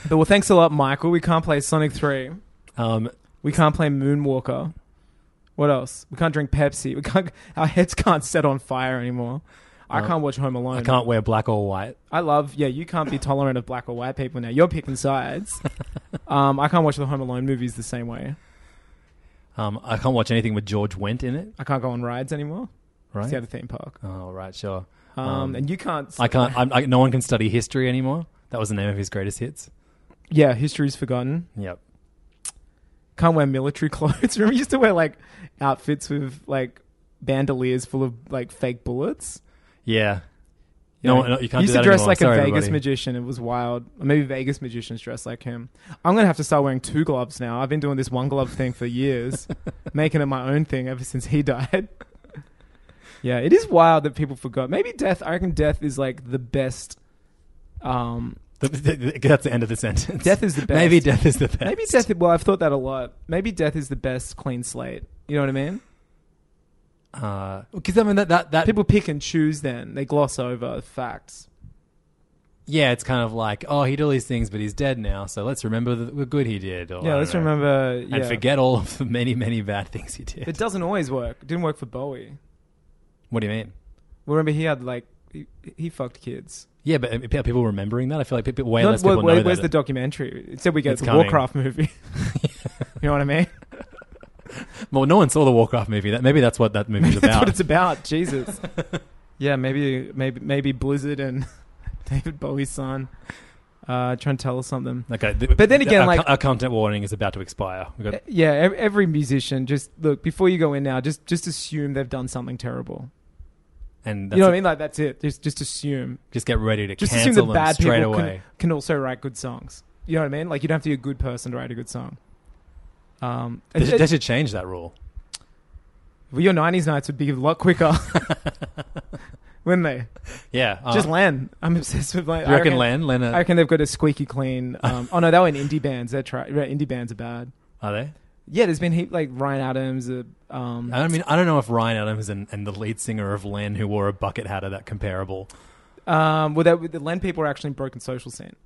But well, thanks a lot, Michael. We can't play Sonic 3. um, We can't play Moonwalker. What else? We can't drink Pepsi. We can't. Our heads can't set on fire anymore. I No. can't watch Home Alone. I can't wear black or white. I love. Yeah, you can't be tolerant of black or white people now. You're picking sides. um, I can't watch the Home Alone movies the same way. Um, I can't watch anything with George Wendt in it. I can't go on rides anymore. It's the Right. other theme park. Oh, right. Sure. Um, Um, and you can't. I can't. I'm, I, no one can study history anymore. That was the name of his greatest hits. yeah, history's forgotten. Yep. can't wear military clothes. Remember, you used to wear like outfits with like bandoliers full of like fake bullets. Yeah. No, Yeah. no, you can't do used that to dress anymore. like Sorry, a Vegas everybody. magician. It was wild. Or maybe Vegas magicians dress like him. I'm gonna have to start wearing two gloves now. I've been doing this one glove thing for years, making it my own thing ever since he died. yeah, it is wild that people forgot. Maybe death. I reckon death is like the best. Um, That's the end of the sentence. Death is the best. Maybe death is the best. maybe death. Well, I've thought that a lot. Maybe death is the best clean slate. You know what I mean? Because Uh, I mean that that, that people pick and choose then they gloss over facts yeah, it's kind of like oh, he did all these things, but he's dead now. So let's remember the, the good he did. Or, I yeah don't let's know. remember yeah. and forget all of the many many bad things he did. it doesn't always work it didn't work for bowie what do you mean? well, remember he had like he, he fucked kids Yeah, but uh, are people remembering that? I feel like people, way Not- less people where- where- know where's the that. documentary it said we get It's the coming. warcraft movie you know what i mean well, no one saw the Warcraft movie. That maybe that's what that movie's that's about. what it's about jesus yeah maybe maybe maybe blizzard and david bowie's son uh trying to tell us something Okay, th- But then th- again, our, like- Eh, co- our content warning is about to expire. We got, E, yeah ev- every musician just look before you go in now just just assume they've done something terrible and that's you it. know what I mean? Like that's it. Just just assume. Just get ready to Just assume cancel that them bad straight people away. can, can also write good songs. You know what I mean? Like you don't have to be a good person to write a good song. Um, They it- should, they it- should change that rule. well, your '90s nights would be a lot quicker, wouldn't they? Yeah, uh, Just Len. I'm obsessed with Len. you I reckon Len, Len, I are, reckon they've got a squeaky clean. Um, oh no, they were in indie bands. They're try. Indie bands are bad. are they? Yeah, there's been heap like Ryan Adams. Uh, um, I don't mean I don't know if Ryan Adams and, and the lead singer of Len, who wore a bucket hat, are that comparable. um, well, they, the Len people are actually in Broken Social Scene.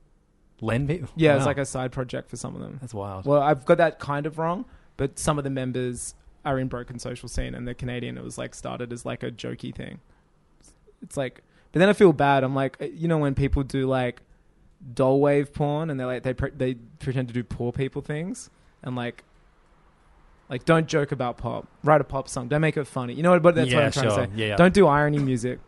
Len people, Yeah, it's Wow. like a side project for some of them. that's wild. Well, I've got that kind of wrong, but some of the members are in broken social scene, and the Canadian it was like started as like a jokey thing. It's like, but then I feel bad. I'm like, uh, you know, when people do like doll wave porn, and they like they pre- they pretend to do poor people things, and like. Like, don't joke about pop. Write a pop song. Don't make it funny. You know what? But that's what Yeah, I'm trying sure. to say. Yeah, yeah. Don't do irony music.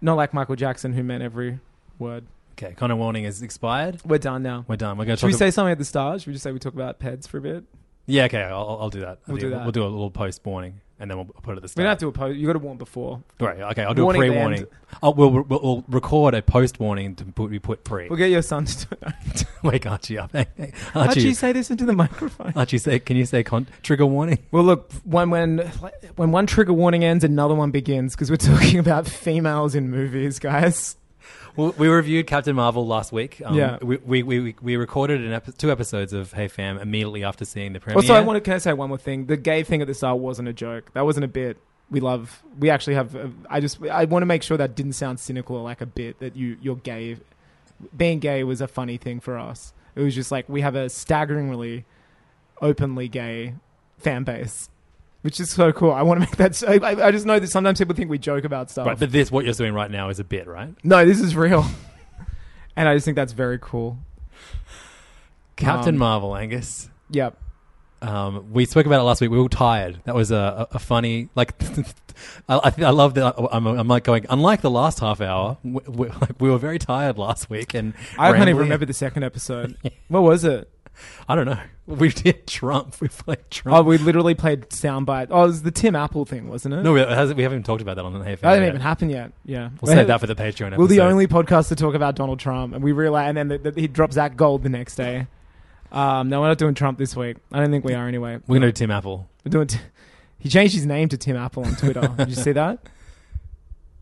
Not like Michael Jackson, who meant every word. okay, Connor warning is expired. We're done now. We're done. We're going to Should talk. we ab- say something at the start? Should we just say we talk about peds for a bit? yeah, okay. I'll, I'll- I'll do that. I'll We'll do that. We'll do a little post warning, and then we'll put it at the We start. don't have to oppose. You got to warn before. Right. Okay. I'll do Warning a at the pre warning. end. I'll We'll, we'll we'll record a post warning to put we put pre. We'll get your son to do it. Wake Archie up. Hey, hey, How'd Archie, you say this into the microphone? Archie, say can you say con- trigger warning? well, look, when when when one trigger warning ends, another one begins because we're talking about females in movies, guys. Well, we reviewed Captain Marvel last week. Um, Yeah. we, we, we, we recorded an epi- two episodes of Hey Fam immediately after seeing the premiere. Also, Oh, I want to can I say one more thing? The gay thing at the start wasn't a joke. That wasn't a bit. We love. We actually have. uh, I just. I want to make sure that didn't sound cynical or like a bit that you you're gay. Being gay was a funny thing for us. It was just like we have a staggeringly openly gay fan base, which is so cool. I want to make that. So, I, I just know that sometimes people think we joke about stuff. Right, but this what you're doing right now is a bit, right? no, this is real, and I just think that's very cool. Captain Um, Marvel, Angus. Yep. Um, we spoke about it last week. We were all tired. That was a, a, a funny, like, I, I, th- I love that. I'm, I'm like going, unlike the last half hour, we, we, like, we were very tired last week. And I can't even rambling. remember the second episode. what was it? I don't know. We did Trump. We played Oh, Trump. we literally played soundbite. Oh, it was the Tim Apple thing, wasn't it? no, we, it hasn't- we haven't even talked about that on the AFL. that didn't yet. even happen yet. Yeah, We'll save that for the Patreon episode. We're the only podcast to talk about Donald Trump, and we realize, and then that that he drops that gold the next day. Um, no, we're not doing Trump this week. I don't think we are anyway. We're going to do Tim Apple. We're doing. T- he changed his name to Tim Apple on Twitter. did you see that?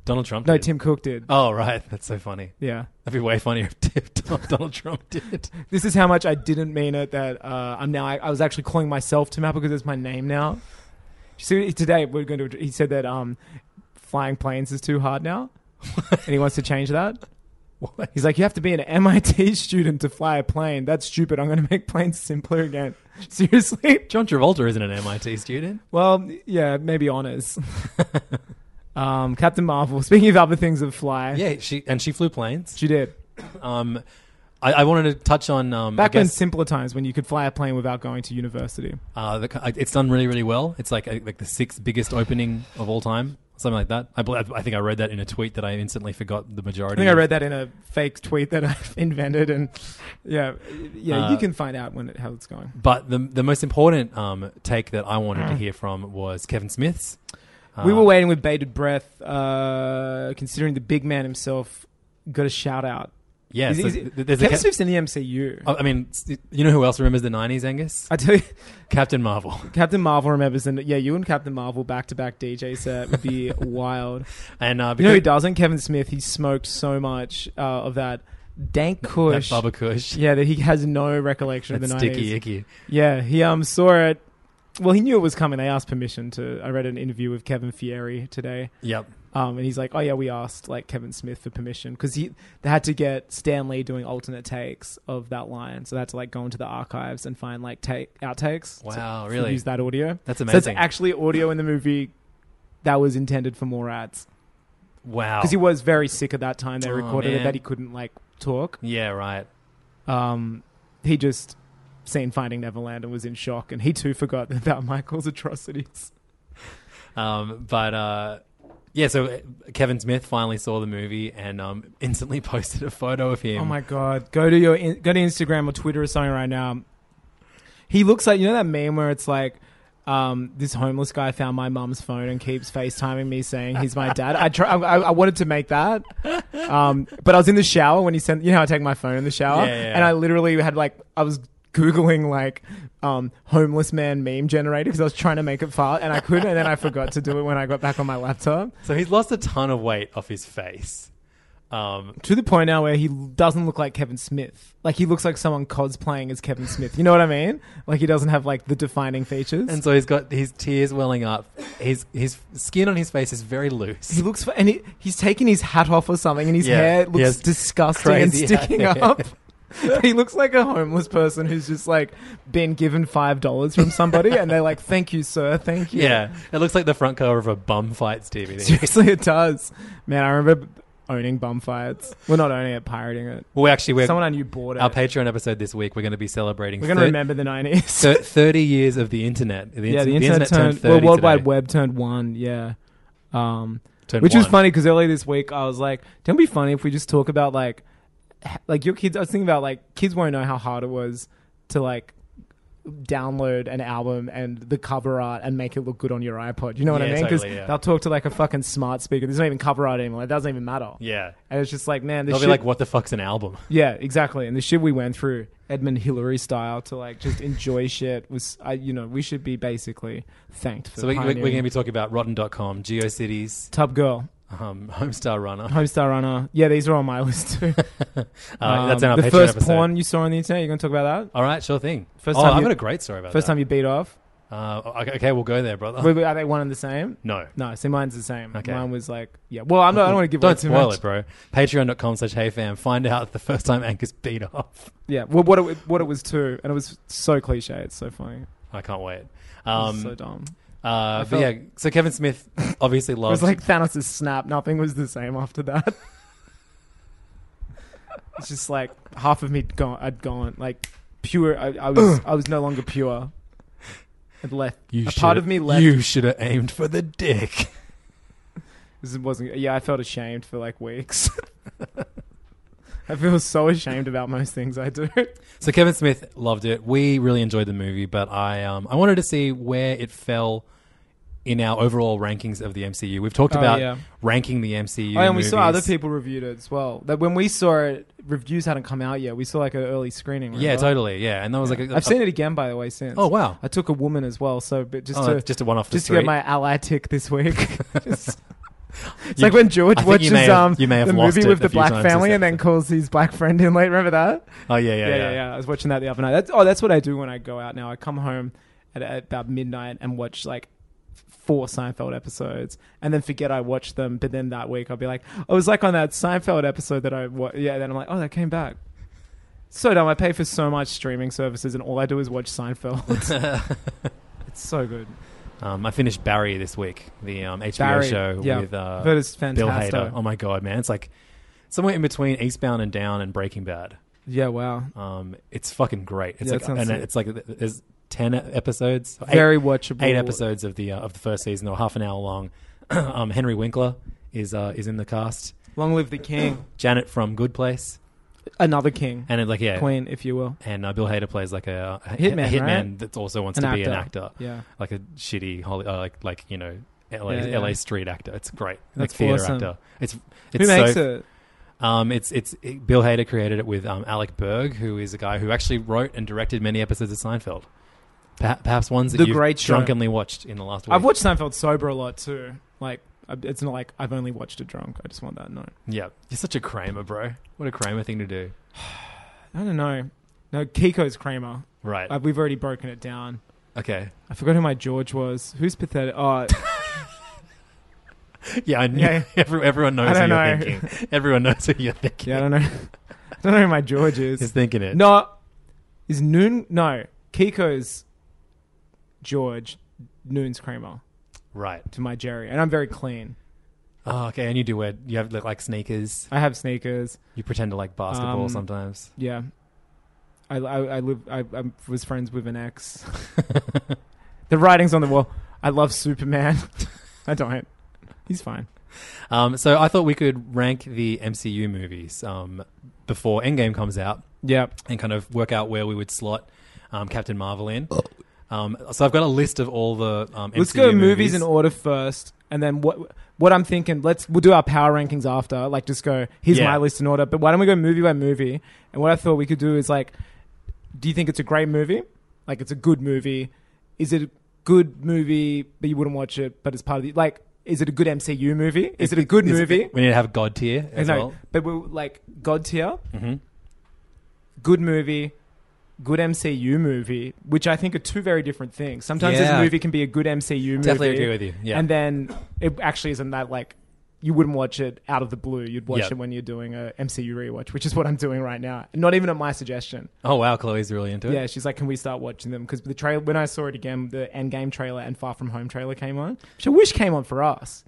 Donald Trump. No, did. Tim Cook did. Oh, right. That's so funny. Yeah. That'd be way funnier if Tim- Donald Trump did. This is how much I didn't mean it that uh, I'm now. I, I was actually calling myself Tim Apple because it's my name now. See, today we're going to. He said that um, flying planes is too hard now, and he wants to change that. What? He's like, you have to be an MIT student to fly a plane. That's stupid. I'm going to make planes simpler again. Seriously? John Travolta isn't an MIT student. Well, yeah, maybe honors. um, Captain Marvel. Speaking of other things of fly, Yeah, she and she flew planes. she did. Um, I, I wanted to touch on um, Back I in guess, simpler times when you could fly a plane without going to university. uh, the, co- it's done really really well. It's like uh, like the sixth biggest opening of all time, something like that. I, bel- I think I read that in a tweet that I instantly forgot the majority. I think I of. read that in a fake tweet that I've invented, and yeah, yeah, you Uh, can find out when it, how it's going. But the the most important um, take that I wanted to hear from was Kevin Smith's. Uh, we were waiting with bated breath, uh, considering the big man himself got a shout out. Yeah, Is- so is- th- there's Kevin a, Oh. Ke- Smith's in the MCU. I I mean, s- you know who else remembers the '90s? Angus, I tell you, Captain Marvel, Captain Marvel remembers, and yeah, you and Captain Marvel back to back DJ set would be wild. and uh, You know who because- doesn't? Kevin Smith. He smoked so much uh, of that dank kush. That Bubba Kush. yeah, that he has no recollection of That's the sticky nineties. icky. Yeah, he um saw it. Well, he knew it was coming. They asked permission to. I read an interview with Kevin Fieri today, Yep. um, and he's like, "Oh yeah, we asked like Kevin Smith for permission because he they had to get Stan Lee doing alternate takes of that line, so they had to like go into the archives and find like take outtakes. to- Wow, to really? use that audio. That's So it's amazing. actually audio in the movie that was intended for more ads wow. because he was very sick at that time. They Oh, recorded man. it that he couldn't like talk. yeah, right. Um, he just seen Finding Neverland and was in shock, and he too forgot about Michael's atrocities. Um, but uh, yeah, so uh, Kevin Smith finally saw the movie and um, instantly posted a photo of him. Oh my god! Go to your in- go to Instagram or Twitter or something right now. He looks like you know that meme where it's like. Um, this homeless guy found my mum's phone and keeps FaceTiming me saying he's my dad. I, try, I I wanted to make that, um, but I was in the shower when he sent. You know, how I take my phone in the shower, Yeah, yeah, and yeah. I literally had like I was googling like um, homeless man meme generator because I was trying to make it fast and I couldn't, and then I forgot to do it when I got back on my laptop. So he's lost a ton of weight off his face. Um, to the point now where he doesn't look like Kevin Smith. Like he looks like someone cosplaying as Kevin Smith. You know what I mean? Like he doesn't have like the defining features. and so he's got his tears welling up. His his skin on his face is very loose. he looks for, and he, he's taken his hat off or something, and his Yeah, hair looks he has disgusting and crazy hair. sticking up. he looks like a homeless person who's just like been given five dollars from somebody, and they're like, "Thank you, sir. Thank you." Yeah, it looks like the front cover of a bum fights DVD. Seriously, it does. Man, I remember owning bum fights. We're not owning it, pirating it. well, actually, we're Someone I knew bought it. our Patreon episode this week. We're going to be celebrating. We're gonna thir- remember the nineties. thir- thirty years of the internet. The, yeah, inter- the internet, turned, well, thirty. World Wide today. Web turned one. Yeah, um, Turned which was one. funny because earlier this week I was like, "Don't be funny if we just talk about like, h- like your kids." I was thinking about like kids won't know how hard it was to like download an album and the cover art and make it look good on your iPod. You know what I Yeah, mean? Because totally, yeah. they'll talk to like a fucking smart speaker. There's not even cover art anymore. It doesn't even matter. Yeah, And it's just like, man, this they'll shit, be like, "What the fuck's an album?" yeah, exactly. And the shit we went through, Edmund Hillary style, to like just enjoy shit was, I, you know, we should be basically thanked for. So we, we, we're pioneering. going to be talking about Rotten.com, GeoCities, Tub Girl, um, Homestar Runner. Homestar Runner. Yeah, these are on my list too. Uh, that's in Um, our the Patreon first episode. porn you saw on the internet. You're going to talk about All right, sure thing. First oh, time I've you- got a great story about that? First that. time you beat off. Uh, okay, okay, we'll go there, brother. Wait, wait, Are they one and the same? no. No, see, mine's the same. Okay. Mine was like, yeah. Well, I'm not, I don't want to give away Don't too spoil much. it, bro. Patreon.com slash HeyFam. Find out the first time Anchor's beat off. Yeah. Well, what it, what it was too, and it was so cliche. It's so funny. I can't wait. It Um, was so dumb. uh, but felt- yeah, so Kevin Smith obviously It loves. was like Thanos' snap. Nothing was the same after that. it's just like half of me gone. I'd gone like pure. I, I was. I was no longer pure. It left. You a should- part of me left. You should have aimed for the dick. This wasn't. Yeah, I felt ashamed for like weeks. I feel so ashamed about most things I do. So Kevin Smith loved it. We really enjoyed the movie, but I um, I wanted to see where it fell in our overall rankings of the MCU. We've talked Oh, about yeah. ranking the MCU. Oh, and we saw other movies. people reviewed it as well. That when we saw it, reviews hadn't come out yet. We saw like an early screening. Yeah, remember? totally. Yeah, and that was like a, I've seen it again, by the way, since. Oh, wow. I took a woman as well, so but just Oh, to just a one off the just to get street. my ally tick this week. Just- it's like when George I think you watches may have- um you may have the lost movie it with a the few black times this family and then episode. calls his black friend in late. Remember that? Oh yeah, yeah, yeah, yeah. yeah, yeah. I was watching that the other night. That's oh, that's what I do when I go out now. I come home at, at about midnight and watch like four Seinfeld episodes, and then forget I watched them. But then that week I'll be like, I was like on that Seinfeld episode that I wa- yeah. Then I'm like, oh, that came back. So dumb. I pay for so much streaming services, and all I do is watch Seinfeld. it's so good. Um, I finished Barry this week, the um, HBO Barry, show yeah. with uh, But it's Bill fantastic. Hader. Oh my god, man! It's like somewhere in between Eastbound and Down and Breaking Bad. Yeah, wow. Um, it's fucking great. It's Yeah, like, that sounds and sick. it's like there's ten episodes, eight- Very watchable. eight episodes of the uh, of the first season. They're half an hour long. um, Henry Winkler is uh, is in the cast. Long live the king. Janet from Good Place, Another king, and it, like yeah, queen, if you will. and uh, Bill Hader plays like a, a Hitman, a hitman right? that also wants An to be an actor. actor, Yeah. like a shitty Holly, uh, like like you know. LA, Yeah, yeah. LA street actor. It's great. That's like theater awesome. actor. It's it's Who makes so, it? Um, it's it's it, Bill Hader created it with um, Alec Berg, who is a guy who actually wrote and directed many episodes of Seinfeld. Perha- Perhaps ones that The you've Great Show. drunkenly watched in the last week. I've watched Seinfeld sober a lot too. Like, I- it's not like I've only watched it drunk. I just want that note. Yeah, you're such a Kramer, bro. What a Kramer thing to do. I don't know. No, Kiko's Kramer. Right. Uh, we've already broken it down. okay. I forgot who my George was. Who's pathetic? Oh, Yeah, I knew, Yeah. every- everyone knows I who you're don't know. thinking. Everyone knows who you're thinking. yeah, I don't know. I don't know who my George He's is. thinking it. No, is Noon? No, Kiko's George. Noon's Kramer Right. to my Jerry, and I'm very clean. Oh, okay. And you do wear, you have like, like sneakers. I have sneakers. You pretend to like basketball Um, sometimes. Yeah. I, I, I live. I, I was friends with an ex. the writing's on the wall. I love Superman. I don't. He's fine. Um, so I thought we could rank the MCU movies um, before Endgame comes out. Yeah. and kind of work out where we would slot um, Captain Marvel in. Um, so I've got a list of all the um, Let's MCU go movies. in order first, and then what? What I'm thinking. Let's we'll do our power rankings after. Like, just go. Here's Yeah. my list in order. But why don't we go movie by movie? And what I thought we could do is like, do you think it's a great movie? Like, it's a good movie. Is it a good movie? But you wouldn't watch it. But it's part of the like. Is it a good MCU movie? Is it a good Is- movie? We need to have God tier as no, well. Mm-hmm. but we're like God tier, good movie, good MCU movie, which I think are two very different things. Sometimes Yeah. this movie can be a good MCU movie. Definitely agree with you, yeah. And then it actually isn't that like you wouldn't watch it out of the blue. You'd watch Yeah. it when you're doing a MCU rewatch, which is what I'm doing right now. Not even at my suggestion. Oh wow, Chloe's really into it. Yeah, she's like, "Can we start watching them?" Because the trailer, when I saw it again, the Endgame trailer and Far From Home trailer came on, which I wish came on for us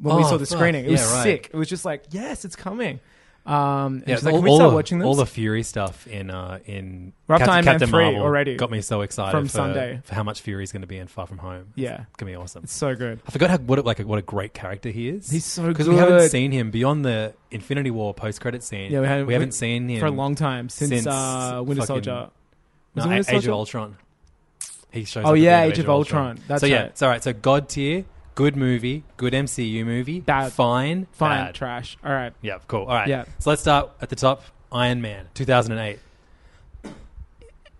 when we Oh, saw the fuck. screening. Yeah, It was right. sick. It was just like, "Yes, it's coming." Um, and Yeah, she's like, all- "Can we all start the- watching them?" All the Fury stuff in uh, in We're up to Captain, Iron Man Captain 3 Marvel already. got me so excited From for, Sunday. for how much Fury's going to be in Far From Home. Yeah. it's gonna be awesome. it's so good. I forgot how what a, like what a great character he is. He's so we haven't good. seen him beyond the Infinity War post credit scene. Yeah, we haven't, not seen him for a long time since, since uh, Winter fucking- Soldier. No, Was it A- Winter Age Soldier? of Ultron. He shows. Oh, up at the yeah, end Age of Ultron. That's so yeah, right. it's all right. So god tier, good movie, good MCU movie, Bad. fine, Fine, bad. trash. All right, Yeah, cool. All right. Yeah. So let's start at the top. Iron Man, two thousand and eight.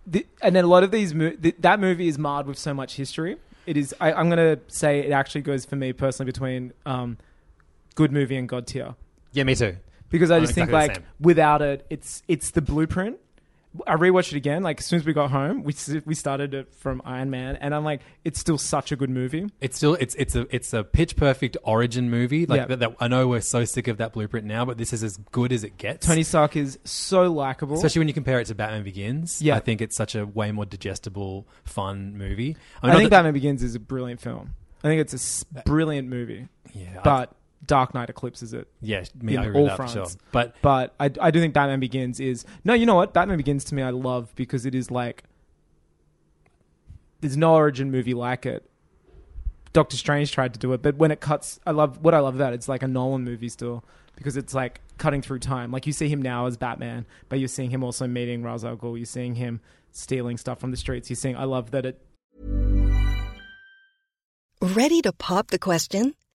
the, and then a lot of these mo- th- that movie is marred with so much history. It is. I, I'm gonna say it actually goes for me personally between um, good movie and god tier. Yeah, me too. because I I'm just exactly the think like same. without it, it's it's the blueprint. I rewatched it again. Like as soon as we got home, we s- we started it from Iron Man, and I'm like, it's still such a good movie. It's still it's it's a it's a pitch perfect origin movie. Like Yeah. that, that, I know we're so sick of that blueprint now, but this is as good as it gets. Tony Stark is so likable. Especially when you compare it to Batman Begins, Yeah. I think it's such a way more digestible, fun movie. I not think that- Batman Begins is a brilliant film. I think it's a s- brilliant movie, yeah, I- but Dark Knight eclipses it. yeah, me, in I agree all with that for sure. fronts. But But I, I do think Batman Begins is no. You know what? Batman Begins to me, I love because it is like there's no origin movie like it. Doctor Strange tried to do it, but when it cuts, I love what I love about it, it's like a Nolan movie still because it's like cutting through time. Like you see him now as Batman, but you're seeing him also meeting Ra's al Ghul. You're seeing him stealing stuff from the streets. You're seeing. I love that it Ready to pop the question?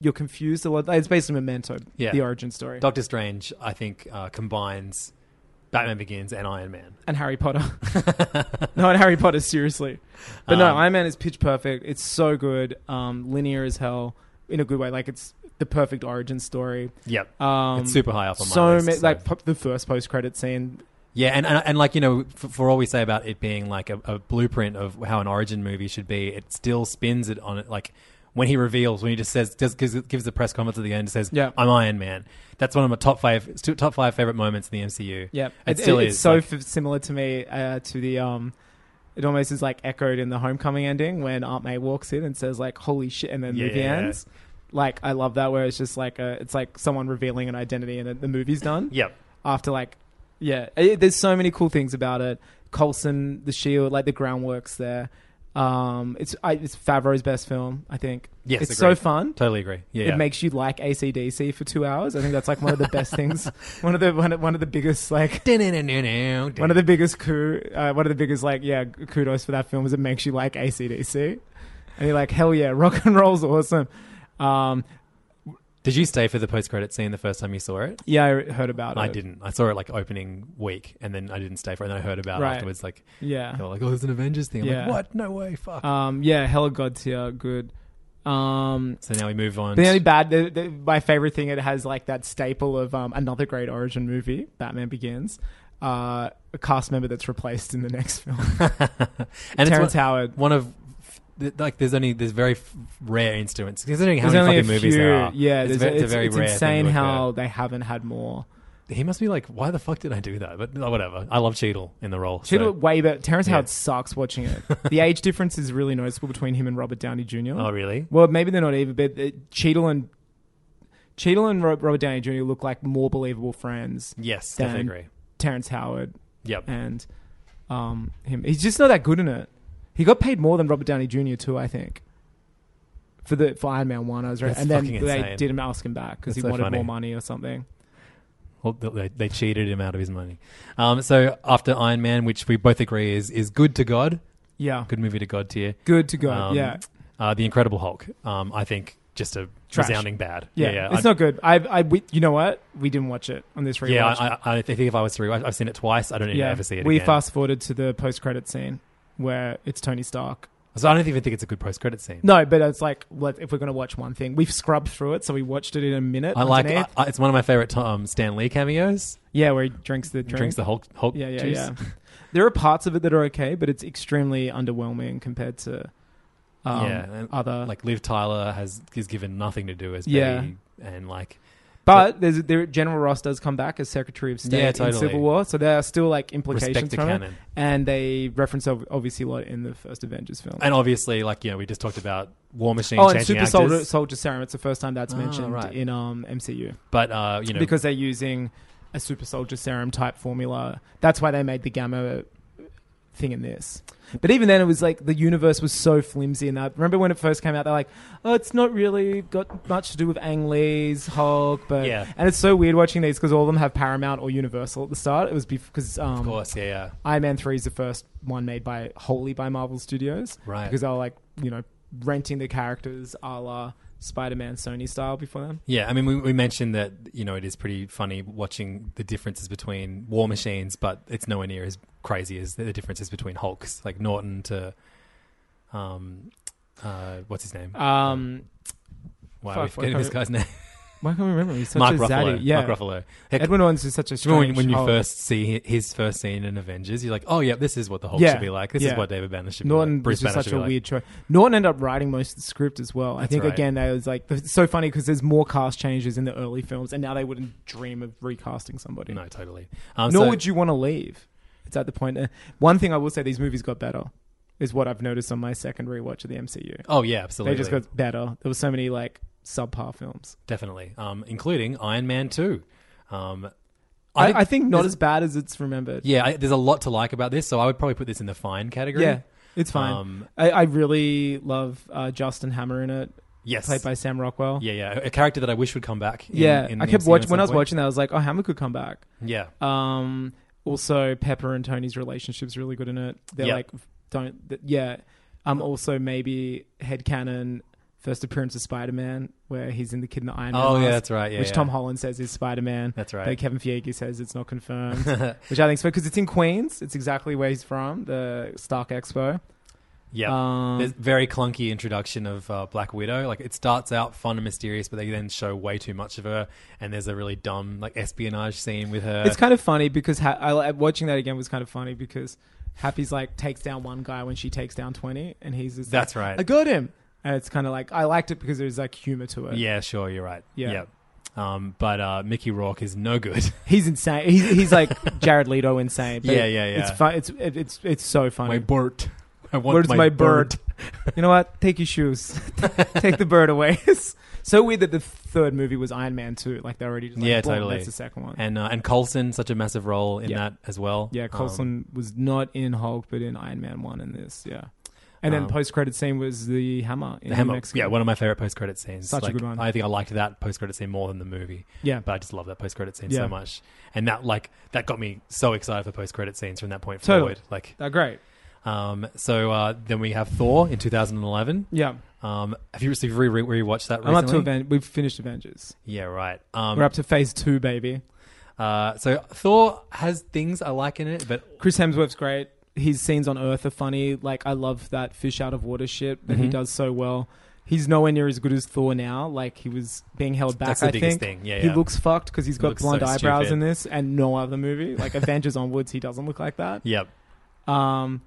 you're confused a lot. It's basically Memento, Yeah. the origin story, Doctor Strange, I think, uh, combines Batman Begins and Iron Man. and Harry Potter. no, and Harry Potter seriously, but no, Um, Iron Man is pitch perfect. It's so good, um, linear as hell in a good way. Like it's the perfect origin story. Yep, Um, it's super high up on my so list. ma- so- like po- the first post credit scene. yeah, and, and and like you know, for, for all we say about it being like a, a blueprint of how an origin movie should be, it still spins it on it. Like when he reveals, when he just says, just gives, gives the press conference at the end, and says, Yeah. I'm Iron Man." That's one of my top five it's two- top five favorite moments in the MCU. Yep, it, still is It's so like- f- similar to me uh, to the. Um, it almost is like echoed in the homecoming ending when Aunt May walks in and says like "Holy shit!" and then the Yeah, movie yeah, yeah. ends. Like I love that where it's just like a, it's like someone revealing an identity and then the movie's done. Yep. after like yeah it, there's so many cool things about it colson the shield like the groundworks there um it's I, it's favreau's best film i think Yes, it's so agreed. fun Totally agree. Yeah, it yeah. makes you like acdc for two hours i think that's like one of the best things one of the one of, one of the biggest like one of the biggest coup uh, one of the biggest like yeah kudos for that film is it makes you like acdc and you're like hell yeah rock and roll's awesome um Did you stay for the post credit scene the first time you saw it? yeah i heard about it I didn't. I saw it like opening week, and then I didn't stay for it. And I heard about it Right. afterwards. Like yeah they were like, "Oh, there's an Avengers thing." I'm Yeah. like, "What? No way! Fuck!" Um, yeah, hella god tier, good. Um, so now we move on. the only bad, the, the, my favorite thing, it has like that staple of um, another great origin movie, Batman Begins. Uh, a cast member that's replaced in the next film, and Terrence it's one, Howard. one of th- like there's only there's very f- rare instances. Considering how There's many only a fucking movies few. there are, Yeah, it's, there's- ve- it's, it's a very it's rare thing to insane look how they haven't had more. at. he must be like, "Why the fuck did I do that?" But no, whatever. I love Cheadle in the role. Cheadle So. way better. Terrence Yeah. Howard sucks watching it. the age difference is really noticeable between him and Robert Downey Jr. Oh really? Well, maybe they're not even, but uh, Cheadle and Cheadle and Ro- Robert Downey Jr. look like more believable friends. Yes, than definitely agree. Terrence Howard Yep. and um, him. He's just not that good in it. He got paid more than Robert Downey Jr. too, I think. For the for Iron Man one, I was right, That's and then fucking they insane. did him ask him back because That's so he wanted funny. more money or something. Well, they, they cheated him out of his money. Um, so after Iron Man, which we both agree is is good to God, Yeah, good, good movie to God tier. to go. Um, yeah, Uh, the Incredible Hulk. Um, I think just a Trash. resounding bad. yeah, It's I, not good. I, I, we, you know what? We didn't watch it on this rewatch. Yeah, I, I, I think if I was to rewatch, I've seen it twice. I don't even yeah. ever see it. we again. fast forwarded to the post credit scene where it's Tony Stark. So I don't even think it's a good post credit scene. No, but it's like let, if we're gonna watch one thing, we've scrubbed through it, so we watched it in a minute. I like. underneath. I, I- it's one of my favorite um, Stan Lee cameos. Yeah, where he drinks the drink. Drinks the Hulk. Hulk yeah, yeah, juice. yeah. There are parts of it that are okay, but it's extremely underwhelming compared to um, Yeah, and other. Like Liv Tyler has is given nothing to do as Yeah. Betty, and like But there's, there, General Ross does come back as Secretary of State Yeah, in totally. Civil War, so there are still like implications Respect the from it. canon. And they reference ob- obviously a lot in the first Avengers film. And obviously, like you know, we just talked about War Machine oh, changing and Super actors, Soldier, Soldier Serum. It's the first time that's Ah, mentioned right. in um, MCU but uh, you know, because they're using a Super Soldier Serum type formula. That's why they made the gamma thing in this. But even then, it was like the universe was so flimsy. And that remember when it first came out, they're like, "Oh, it's not really got much to do with Ang Lee's Hulk." But Yeah. and it's so weird watching these because all of them have Paramount or Universal at the start. It was because um, of course, yeah, yeah. Iron Man three is the first one made by wholly by Marvel Studios, Right. Because they were like you know renting the characters a la Spider Man Sony style before them. Yeah, I mean, we, we mentioned that you know it is pretty funny watching the differences between War Machines, but it's nowhere near as crazy as the differences between Hulks, like Norton to, um, uh, what's his name? Um, Wow, fuck, we're forgetting why this guy's name. why can't we remember? He's such Mark a Ruffalo. zaddy. Yeah, Mark Ruffalo. Heck, Edwin Owens is such a do you remember strange. when, when you Hulk. first see his first scene in Avengers, you're like, oh yeah, this is what the Hulk Yeah, should be like. This yeah. is what David Banner should be Norton like. Bruce was just Banner such should a be like. weird choice. Norton ended up writing most of the script as well. I That's think right. again that was like it's so funny because there's more cast changes in the early films, and now they wouldn't dream of recasting somebody. No, totally. Um, Nor so- would you want to leave. It's at the point. Uh, one thing I will say, these movies got better, is what I've noticed on my second rewatch of the MCU. Oh yeah, absolutely. they just got better. There were so many like subpar films. definitely, um, including Iron Man two. Um, I, I think not there's- as bad as it's remembered. Yeah, I, there's a lot to like about this, so I would probably put this in the fine category. Yeah, it's fine. Um, I, I really love uh, Justin Hammer in it, Yes. played by Sam Rockwell. yeah, yeah, a character that I wish would come back. in- yeah. in I the kept MCU watching at when I was some point. watching that. I was like, oh, Hammer could come back. Yeah, Um, also, Pepper and Tony's relationship's really good in it. They're Yeah. like, don't, th- yeah. Um, also maybe headcanon first appearance of Spider Man, where he's in the Kid in the Iron Man. Oh, yeah, mask, that's right, yeah, which yeah. Tom Holland says is Spider Man. That's right. But Kevin Feige says it's not confirmed, which I think because it's in Queens. It's exactly where he's from, the Stark Expo. yeah. Um, there's very clunky introduction of uh, Black Widow. Like it starts out fun and mysterious, but they then show way too much of her, and there's a really dumb like espionage scene with her. it's kind of funny because ha- I, I- watching that again was kind of funny because Happy's like takes down one guy when she takes down twenty, and he's just That's like, right. I got him, and it's kind of like I liked it because there's like humor to it. yeah, sure, you're right. Yeah. Um, but uh, Mickey Rourke is no good. he's insane. He's, he's like Jared Leto insane. but Yeah, yeah, yeah. It's fun. It's it, it's it's so funny. my bird. I want Where's my, my bird. bird? you know what? Take your shoes. Take the bird away. It's so weird that the third movie was Iron Man two. Like they already just like, Yeah, boom, totally. That's the second one. And uh, and Colson such a massive role in Yeah. that as well. Yeah, Um, Coulson was not in Hulk, but in Iron Man one in this. Yeah, and then Um, post credit scene was the hammer. In The Hammer. Mexico. Yeah, one of my favorite post credit scenes. Such a Like, good one. I think I liked that post credit scene more than the movie. Yeah. But I just love that post credit scene Yeah. so much. And that like that got me so excited for post credit scenes from that point Totally. forward. Like They're great. um so uh then we have Thor in two thousand and eleven. Yeah, Um have you received re- re- rewatched that recently? I'm up to Aven- We've finished Avengers. Yeah, right. Um We're up to phase two, baby. uh so Thor has things I like in it, but Chris Hemsworth's great. His scenes on Earth are funny. Like I love that fish out of water shit that Mm-hmm. he does so well. He's nowhere near as good as Thor now. Like he was being held back. That's the I biggest think. thing. Yeah, he yeah. looks fucked because he's got looks blonde so eyebrows stupid. in this, and no other movie. Like Avengers onwards, he doesn't look like that. yep. Um,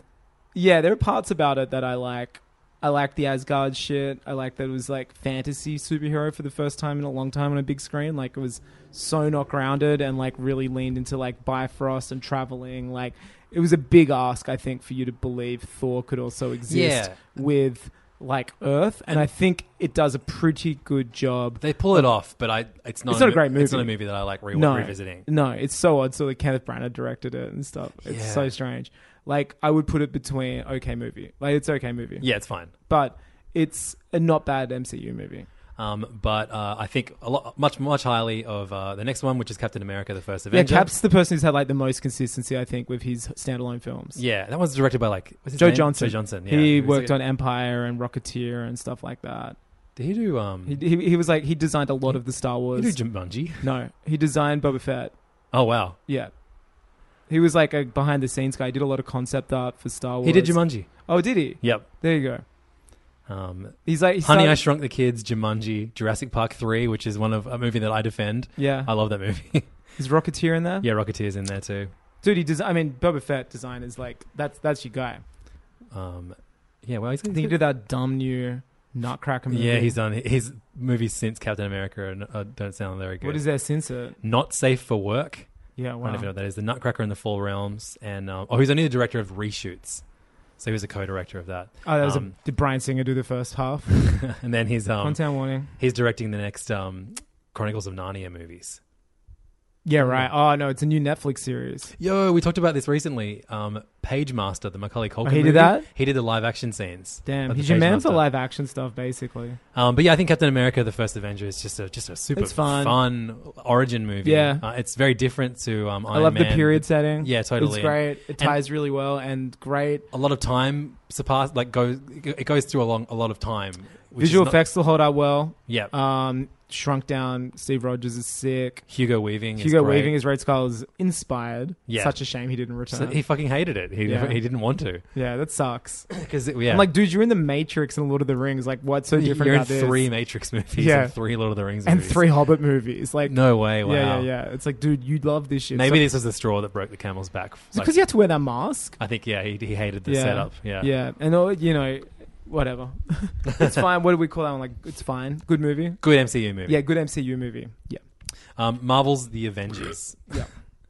yeah, there are parts about it that I like. I like the Asgard shit. I like that it was like fantasy superhero for the first time in a long time on a big screen. Like it was so not grounded and like really leaned into like Bifrost and traveling. Like it was a big ask, I think, for you to believe Thor could also exist Yeah. with like Earth. And I think it does a pretty good job. They pull it off, but I it's not, Oh. It's not a mo- great It's not a movie. movie that I like re- No, revisiting. No, it's so odd. So that Kenneth Branagh directed it and stuff. It's Yeah. so strange. Like I would put it between okay movie. Like it's okay movie. Yeah, it's fine. but it's a not bad MCU movie. Um, but uh, I think a lot, much, much highly of uh, the next one, which is Captain America: The First Yeah, Avenger. Cap's the person who's had like the most consistency, I think, with his standalone films. Yeah, that one's directed by like what's his Joe name? Johnson. Joe Johnson. Yeah, he was worked like- on Empire and Rocketeer and stuff like that. Did he do um? He, He, he, he was like he designed a lot of the Star Wars. do Jumanji. no, he designed Boba Fett. Oh wow, Yeah, he was like a behind the scenes guy. He did a lot of concept art for Star Wars. he did Jumanji. Oh, did he? Yep. There you go. Um, He's like he Honey, I started- Shrunk the Kids, Jumanji, Jurassic Park Three, which is one of a movie that I defend. Yeah. I love that movie. is Rocketeer in there? yeah, Rocketeer's in there too. dude. He design. I mean, Boba Fett design is like that's that's your guy. Um, yeah, well, he's, I think he did that dumb new Nutcracker movie. Yeah, he's done his movies since Captain America and uh, don't sound very good. What is there since it? Not safe for work. Yeah, I don't wow. even know what that is. The Nutcracker in the Four Realms, and um, oh, he's only the director of reshoots, so he was a co-director of that. Oh, that was Um, a, did Brian Singer do the first half? and then he's um, Content warning. he's directing the next um, Chronicles of Narnia movies. Yeah, right. Oh no, it's a new Netflix series. Yo, we talked about this recently. Um, Page Master, the Macaulay Culkin. Oh, he did movie, that? He did the live action scenes. Damn, of the he's your Page man Master. for live action stuff, basically. Um, but yeah, I think Captain America: The First Avenger is just a just a super It's fun. origin movie. Yeah. uh, it's very different to um. I Iron love the Man. period setting. Yeah, totally. It's great. It And- ties really well and great. A lot of time surpass like goes it goes through a long a lot of time. which is Visual not- effects will hold out well. Yeah. Um, shrunk down. Steve Rogers is sick. Hugo Weaving. Hugo is great. Weaving as Red Skull is inspired. Yeah. Such a shame he didn't So return. he fucking hated it. He Yeah. he didn't want to yeah, that sucks. because yeah. I'm like, dude, you're in the Matrix and Lord of the Rings. Like, what's so different You're in about this? three Matrix movies Yeah. and three Lord of the Rings and movies. three Hobbit movies. Like, No way. Wow. Yeah, yeah, yeah. It's like, dude, you love this shit. Maybe so, this was the straw that broke the camel's back. Like, because you have to wear that mask. I think yeah, he, he hated the setup. Yeah. yeah, and all, you know, whatever. it's fine. What do we call that one? Like, it's fine. Good movie. Good MCU movie. Yeah, good MCU movie. Yeah, Um, Marvel's The Avengers.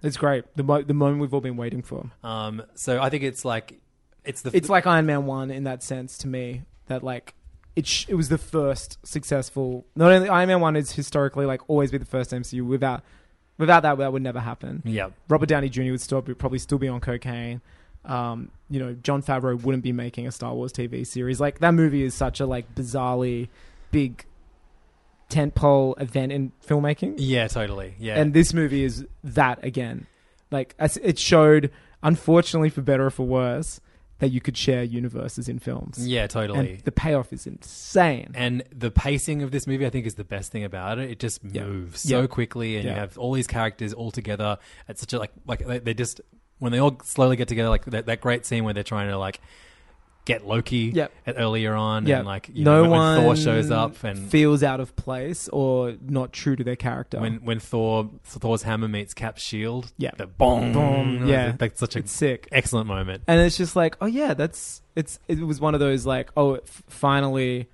it's great. The mo- the moment we've all been waiting for. Um, so I think it's like it's the It's like Iron Man one in that sense to me. That like. It, sh- it was the first successful. Not only Iron Man one is historically like always be the first MCU. Without without that, that would never happen. yeah. Robert Downey Jr. would still be, probably still be on cocaine. Um, you know, John Favreau wouldn't be making a Star Wars TV series. Like that movie is such a like bizarrely big tentpole event in filmmaking, Yeah, totally. Yeah. and this movie is that again. Like as- it showed, unfortunately for better or for worse, that you could share universes in films. yeah, totally. and the payoff is insane. And the pacing of this movie, I think, is the best thing about it. It just moves so Yeah. quickly, and you Yeah. have all these characters all together at such a like like they, they just when they all slowly get together, like that, that great scene where they're trying to like get Loki Yep. at earlier on, yeah, and like you no know, when, one when Thor shows up and. feels out of place or not true to their character. when, when Thor Thor's hammer meets Cap's shield, Yeah. the boom, Boom, yeah. that's such a It's sick. excellent moment. and it's just like oh yeah that's it's it was one of those like oh f- finally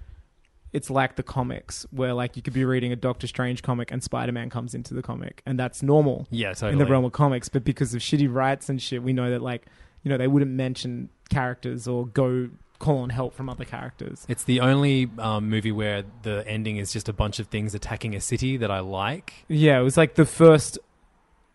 it's like the comics where like you could be reading a doctor strange comic and spider-man comes into the comic and that's normal Yeah, totally. in the realm of comics but because of shitty rights and shit we know that like you know they wouldn't mention characters or go call on help from other characters It's the only um, movie where the ending is just a bunch of things attacking a city that I like. yeah it was like the first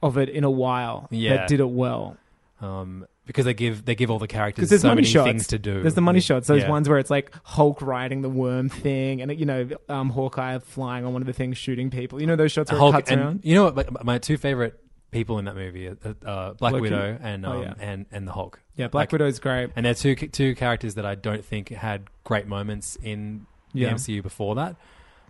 of it in a while Yeah. that did it well um, because they give they give all the characters because there's so money many shots. things to do. There's the money shots. Those Yeah. ones where it's like Hulk riding the worm thing, and you know um, Hawkeye flying on one of the things, shooting people. You know those shots where Hulk it cuts and around. you know what? Like, my two favorite people in that movie are uh, uh, Black Loki? Widow and um, Oh, yeah. and and the Hulk. Yeah, Black Like, Widow's great. And they're two two characters that I don't think had great moments in the Yeah. MCU before that.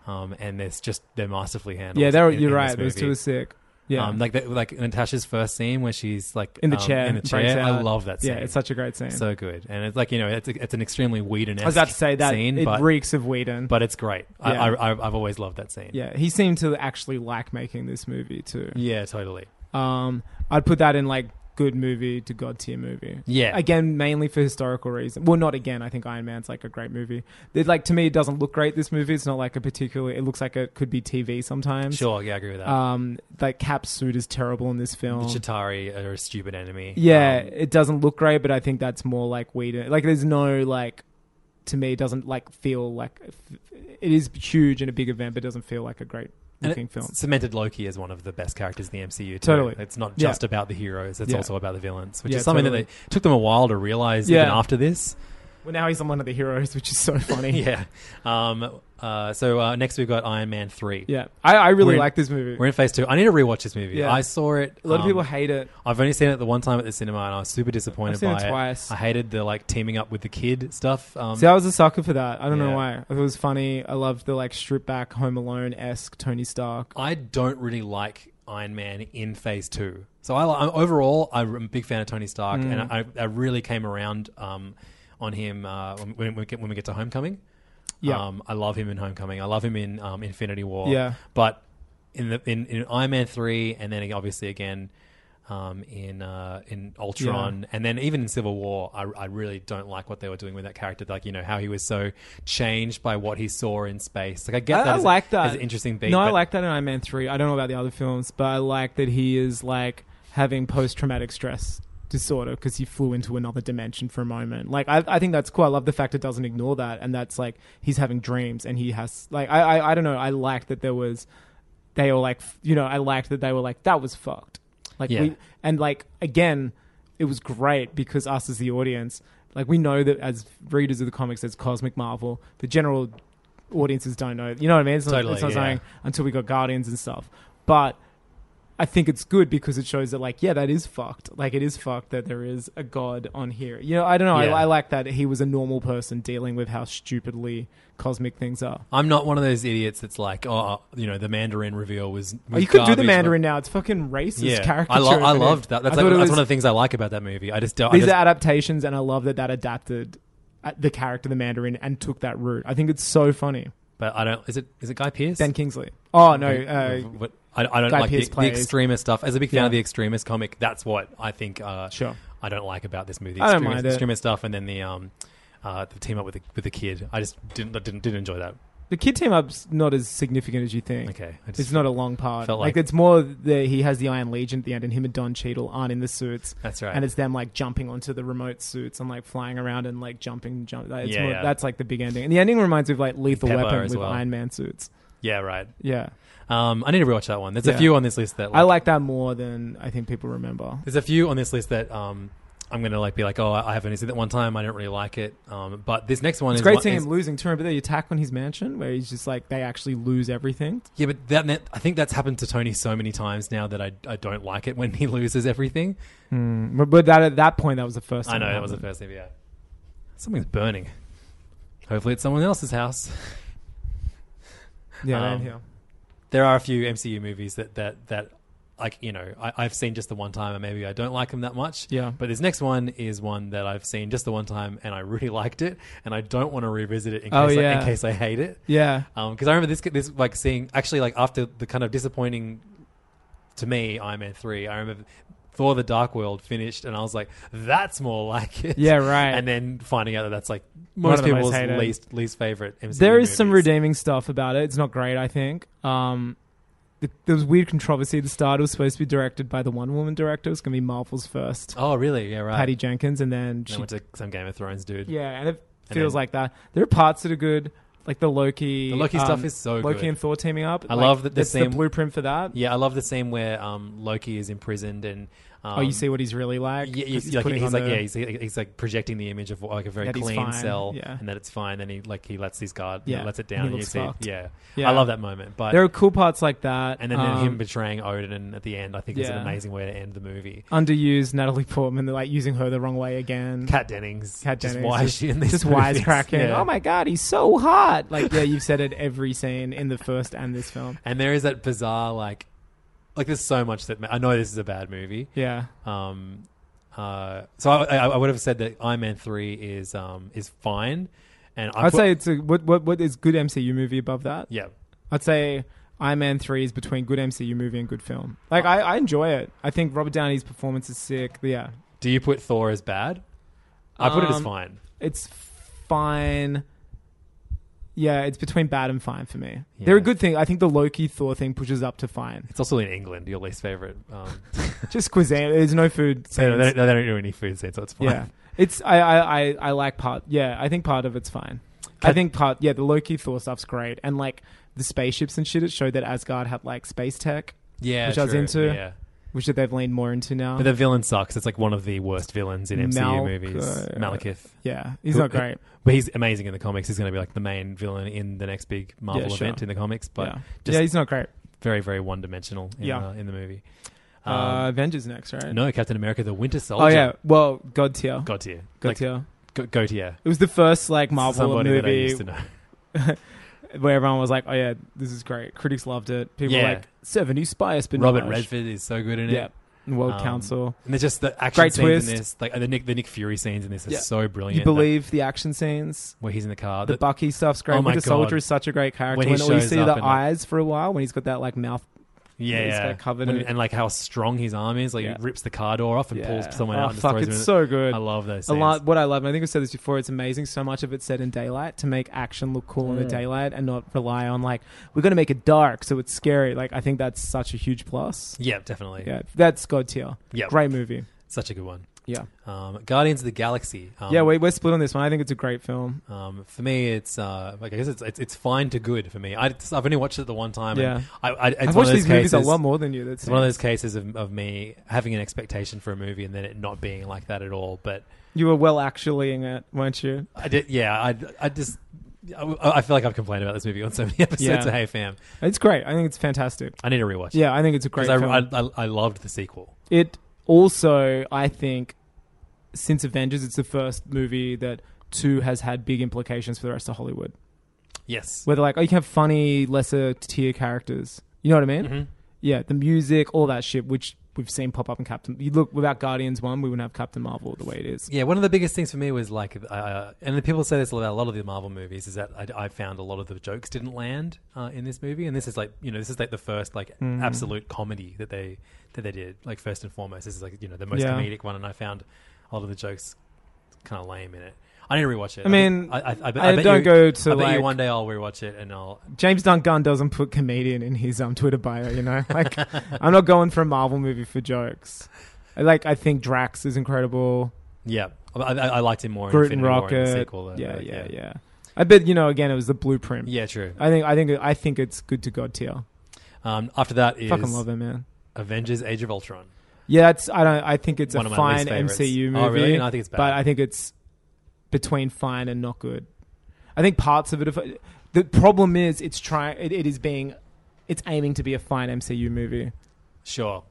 Um, and there's just they're masterfully handled. Yeah, they're, in- you're in right. this Those two movie. are sick. Yeah, Um, like that, like Natasha's first scene where she's like in the um, chair, In the breaks chair, I out. love that scene. Yeah, it's such a great scene. so good, and it's like you know, it's it's an extremely Whedon. I was about to say that scene, it but reeks of Whedon. but it's great. Yeah. I, I, I've I've always loved that scene. yeah, he seemed to actually like making this movie too. Yeah, totally. Um, I'd put that in like good movie to god tier movie. Yeah. Again, mainly for historical reason. Well, not again. I think Iron Man's like a great movie. It, like to me, it doesn't look great. This movie, it's not like a particular. It looks like it could be TV sometimes. Sure, yeah, I agree with that. Um, like Cap's suit is terrible in this the film. Chitari are a stupid enemy. yeah, Um, it doesn't look great, but I think that's more like Whedon. Like, there's no like. To me, it doesn't like feel like it is huge and a big event, but it doesn't feel like a great and looking it film. Cemented Loki as one of the best characters in the MCU. Too. Totally. It's not Yeah. just about the heroes, it's Yeah. also about the villains, which Yeah, is something totally. that they took them a while to realize Yeah. even after this. Well, now he's on one of the heroes, which is so funny. yeah. Um, uh, so uh, next we've got Iron Man 3. Yeah, I, I really We're in- like this movie. We're in phase two. I need to rewatch this movie. Yeah. I saw it. a lot of um, people hate it. I've only seen it the one time at the cinema, and I was super disappointed I've seen by it twice. I hated the like teaming up with the kid stuff. Um, See, I was a sucker for that. I don't yeah. know why. It was funny. I loved the like strip back Home Alone esque Tony Stark. I don't really like Iron Man in Phase Two. So I, I'm, overall, I'm a big fan of Tony Stark, and I, Mm. I really came around um, on him uh, when, when, we get, when we get to Homecoming. Yeah. um, I love him in Homecoming. I love him in um, Infinity War. Yeah. but in the in, in Iron Man three, and then obviously again. um, in uh, in Ultron, and then even in Civil War, I, I really don't like what they were doing with that character. Like you know how he was so changed by what he saw in space. Like I get I, that. I as a- like that. as an interesting beat. No, I but- like that in Iron Man three. I don't know about the other films, but I like that he is like having post traumatic stress disorder because he flew into another dimension for a moment. Like I, I think that's cool. I love the fact it doesn't ignore that, and that's like he's having dreams and he has like I, I, I don't know. I liked that there was they were like f- you know I liked that they were like that was fucked. Like Yeah. we and like again, it was great because us as the audience, like we know that as readers of the comics, there's cosmic Marvel. The general audiences don't know. You know what I mean? It's not, Totally, it's not yeah. something until we got Guardians and stuff. But I think it's good because it shows that, like, yeah, that is fucked. Like, it is fucked that there is a god on here. You know, I don't know. Yeah. I, I like that he was a normal person dealing with how stupidly cosmic things are. I'm not one of those idiots that's like, oh, you know, the Mandarin reveal was. Oh, was you could do garbage, the but- Mandarin now. It's fucking racist character. I, lo- I loved that. That's, like, that's one of the things I like about that movie. I just don't. I These just- are adaptations, and I love that that adapted uh, the character, the Mandarin, and took that route. I think it's so funny. but I don't. Is it is it Guy Pearce? Ben Kingsley. Oh no, Who- uh, who- what- I, I don't Guy like the, Pearce the plays- extremist stuff. As a big fan Yeah. of the extremist comic, that's what I think. Uh, Sure. I don't like about this movie. The I don't extremist, mind it. extremist stuff, and then the um, uh, the team up with the with the kid. I just didn't didn't didn't enjoy that. the kid team up's not as significant as you think. Okay, I just- it's not a long part. felt like, like- it's more that he has the Iron Legion at the end, and him and Don Cheadle aren't in the suits. That's right. And it's them like jumping onto the remote suits and like flying around and like jumping. Jump. like, it's Yeah, more, yeah. That's like the big ending. And the ending reminds me of like Lethal Pepper Weapon as with well. Iron Man suits. Yeah, right. Yeah, Um, I need to rewatch that one. There's a Yeah. few on this list that I like that more than I think people remember. There's a few on this list that um, I'm gonna like be like, oh, I I have only seen that one time. I don't really like it. Um, but this next one It's is great one- seeing is- him losing. To remember the attack on his mansion, where he's just like they actually lose everything. Yeah, but that, that I think that's happened to Tony so many times now that I, I don't like it when he loses everything. But- But that at that point, that was the first. I Time know it that was the happened. first thing. Yeah, something's burning. Hopefully, it's someone else's house. Yeah, Um, down here. There are a few MCU movies that that that like you know I, I've seen just the one time and maybe I don't like them that much. Yeah. But this next one is one that I've seen just the one time and I really liked it and I don't want to revisit it in case, Oh, I, yeah. in case I hate it. Yeah. because Um, I remember this this like seeing actually like after the kind of disappointing to me Iron Man three. I remember Thor: The Dark World finished, and I was like, "That's more like it." Yeah, right. And then finding out that that's like One most of the most people's hated. least least favorite. MCU There is some movies. redeeming stuff about it. It's not great, I think. Um, the, there was weird controversy at the start. It was supposed to be directed by the one woman director. It was going to be Marvel's first, Oh, really? Yeah, right. Patty Jenkins, and then And I she. went to some Game of Thrones dude. yeah, and it And feels then- like that. There are parts that are good, like the Loki. um, The Loki stuff is so Loki good. and Thor teaming up. I love that the that's same- the blueprint for that. yeah. I love the scene where um, Loki is imprisoned and. Um, oh, you see what he's really like. Yeah, 'Cause he's, like, putting he's on like the- yeah, he's, he's like projecting the image of like a very That he's clean fine, cell, yeah. and that it's fine. Then he like he lets his guard, yeah, Yeah, lets it and he down. And you looks see, fucked. yeah. Yeah. I love that moment. But There are cool parts like that. and then, um, then him betraying Odin at the end, I think is an yeah. amazing way to end the movie. underused Natalie Portman. They're like using her the wrong way again. Cat Dennings, Cat just Dennings, why is she in this? Just movie? wisecracking. Yeah. Oh my god, he's so hot. Like yeah, you've said it every scene in the first and this film. And there is that bizarre like, like there's so much that I know this is a bad movie. Yeah. Um, uh, so I, I, I would have said that Iron Man three is um is fine, and I I'd put- say it's a what what what is good MCU movie above that? yeah. I'd say Iron Man three is between good MCU movie and good film. Uh, Like I, I enjoy it. I think Robert Downey's performance is sick. Yeah. Do you put Thor as bad? I put it as Um, fine. It's fine. Yeah, it's between bad and fine for me. They're a Yeah. good thing. I think the Loki Thor thing pushes up to fine. It's also in England, your least favorite. Um, Just cuisine. There's no food. they, don't, scenes. they don't do any food scenes, so it's fine. Yeah, it's I, I I I like part. Yeah, I think part of it's fine. I think part. Yeah, the Loki Thor stuff's great, and like the spaceships and shit. It showed that Asgard had like space tech, yeah, Which I was true, into. Yeah. which that they've leaned more into now. But the villain sucks. It's like one of the worst villains in MCU Malk- movies. uh, Malekith. yeah, he's not great. But he's amazing in the comics. He's going to be like the main villain in the next big Marvel Yeah, sure. event in the comics, but yeah, just yeah, he's not great. very, very one dimensional in, Yeah. uh, in the movie. Um, Uh, Avengers next, right? no, Captain America, the Winter Soldier. Oh yeah, well, God tier, God, God tier. tier. Like, go tier. It was the first like Marvel Somebody that I movie used to know. where everyone was like, "Oh yeah, this is great." Critics loved it. People Yeah. were like, seven new spy espionage." Robert Redford is so good in it. yeah, World Um, Council. And there's just the action Great scenes twist. in this, like the Nick, the Nick Fury scenes in this are Yeah. so brilliant. You believe the action scenes? where he's in the car. the, The- Bucky stuff's great. Oh my Winter Soldier God. is such a great character. When When, he all you shows see up the and, like- eyes for a while, when he's got that like mouth Yeah, He's yeah. got covered When- in- and like how strong his arm is, like Yeah. he rips the car door off and Yeah. pulls someone oh, out. And fuck, just throws it's them in- so good. I love those. A scenes. lot, what I love, and I think I said this before, it's amazing so much of it's set in daylight to make action look cool in the Mm. daylight and not rely on like we're going to make it dark so it's scary. Like I think that's such a huge plus. Yeah, definitely. Yeah, that's god tier. Yeah. great movie. Such a good one. Yeah. Um, Guardians of the Galaxy. Um, yeah, we, we're split on this one. I think it's a great film. Um, for me, it's uh, like I guess it's, it's it's fine to good for me. I, have only watched it the one time. Yeah. and I, I, it's I've one of watched those these movies a cases- lot more than you, that's It's one of it. those cases of, of me having an expectation for a movie and then it not being like that at all. But You were well actually in it, weren't you? I did, yeah. I, I just I, I feel like I've complained about this movie on so many episodes of Hey Fam. It's great. I think it's fantastic. I need to rewatch. it. Yeah, I think it's a great 'Cause I, film. I, I, I loved the sequel. It also, I think, since Avengers, it's the first movie that two has had big implications for the rest of Hollywood. Yes. Where they're like, oh, you can have funny, lesser tier characters. You know what I mean? Mhm. Yeah, the music, all that shit, which we've seen pop up in Captain. You look, without Guardians 1, we wouldn't have Captain Marvel the way it is. Yeah, one of the biggest things for me was like, uh, and the people say this about a lot of the Marvel movies, is that I, I found a lot of the jokes didn't land uh, in this movie, and this is like, you know, this is like the first like Mm. absolute comedy that they that they did. Like first and foremost, this is like you know the most Yeah. comedic one, and I found a lot of the jokes kind of lame in it. I need to rewatch it. I mean, think- I don't you, go to, I bet you like- one day I'll rewatch it and I'll. James Duncan doesn't put comedian in his um, Twitter bio, you know? Like, I'm not going for a Marvel movie for jokes. Like, I think Drax is incredible. Yeah, I, I, I liked him more. in Groot and Infinity War Rocket. in the sequel. though. yeah, Like, yeah, yeah, I bet you know. Again, it was the blueprint. Yeah, true. I think I think I think it's good to God tier. Um, after that is Fucking love it, man. Avengers: Age of Ultron. Yeah, it's I don't I think it's One a of my fine least favorites. MCU movie. Oh, really? No, I think it's bad. But I think it's between fine and not good. I think parts of it. Have, the problem is it's trying. It, it is being. It's aiming to be a fine MCU movie. Sure.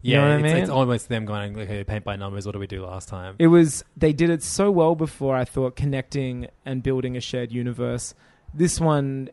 You know Yeah, what I it's, mean? it's almost them going, okay, paint by numbers. What did we do last time? It was they did it so well before I thought connecting and building a shared universe. This one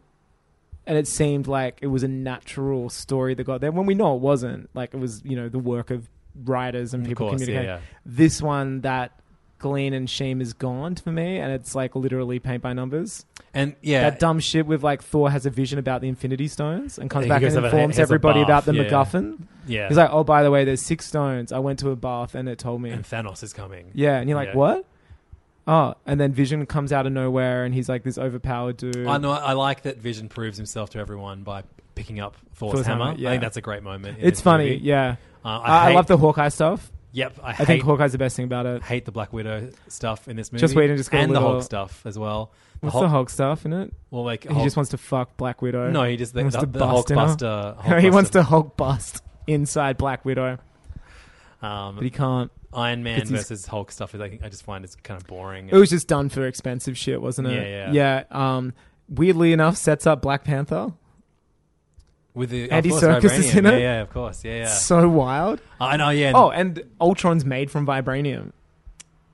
and it seemed like it was a natural story that got there when we know it wasn't. Like it was, you know, the work of writers and Of people course, yeah, communicating. yeah. This one that Glean and Shame is gone for me and it's like literally paint by numbers. And, yeah. That dumb shit with like Thor has a vision about the Infinity Stones and comes He back goes and over- informs has a everybody bath, about the yeah. MacGuffin. Yeah. He's like, Oh, by the way, there's six stones. I went to a bath and it told me and Thanos is coming. yeah, and you're like, Yeah. what? Oh, and then Vision comes out of nowhere, and he's like this overpowered dude. I know. I like that Vision proves himself to everyone by picking up Thor's, Thor's hammer. hammer, yeah. I think that's a great moment. in It's this funny, movie. yeah. Uh, I, I hate- love the Hawkeye stuff. Yep, I, hate, think Hawkeye's the best thing about it. Hate the Black Widow stuff in this movie. Just wait and just go a and the little- Hulk stuff as well. What's Hulk- the Hulk stuff in it? Well, like he Hulk- just wants to fuck Black Widow. No, he just- the- wants the- to the bust in her. Hulkbuster- No, he wants Hulkbuster. to Hulk bust inside Black Widow. Um, but he can't. Iron Man 'Cause he's- versus Hulk stuff. is I, think- I just find it's kind of boring. It was just done for expensive shit, wasn't it? Yeah, yeah. um, weirdly enough, sets up Black Panther. with the of Andy course, Circus is Vibranium. in yeah, it. Yeah, of course. Yeah, yeah. So wild. I know. Yeah. Oh, and Ultron's made from vibranium.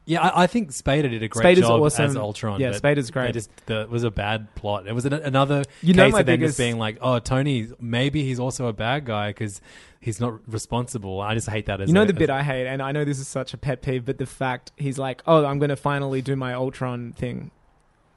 Yeah, I, I think Spader did a great Spader's job awesome. as Ultron. Yeah, but Spader's great. they Just, the, it was a bad plot. It was an, another You know case my of them just biggest- being like, "Oh, Tony, maybe he's also a bad guy because he's not responsible." I just hate that. As You know a- the bit as- I hate, and I know this is such a pet peeve, but the fact he's like, "Oh, I'm going to finally do my Ultron thing."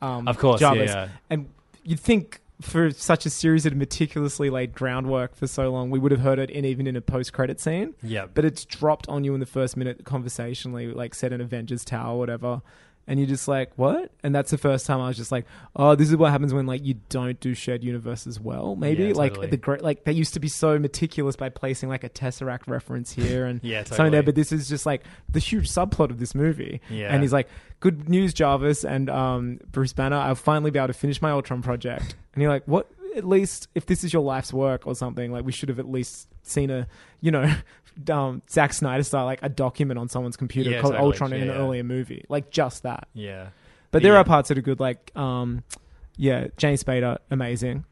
Um, Of course, yeah, Jarvis. yeah. And you'd think for such a series that meticulously laid groundwork for so long, we would have heard it in even in a post-credit scene. Yeah. but it's dropped on you in the first minute conversationally, like said in Avengers Tower, or whatever. And you're just like, what? And that's the first time I was just like, oh, this is what happens when like you don't do shared universe as well. Maybe Yeah, like totally. the great, like they used to be so meticulous by placing like a tesseract reference here and Yeah, something there, totally. but this is just like the huge subplot of this movie. Yeah. And he's like, Good news, Jarvis and um, Bruce Banner, I'll finally be able to finish my Ultron project. and you're like, What at least if this is your life's work or something, like we should have at least seen a you know, um Zack Snyder style, like a document on someone's computer Yeah, called totally. Ultron in Yeah, an yeah. earlier movie. Like just that. Yeah. But there Yeah. are parts that are good, like um yeah, James Spader, amazing.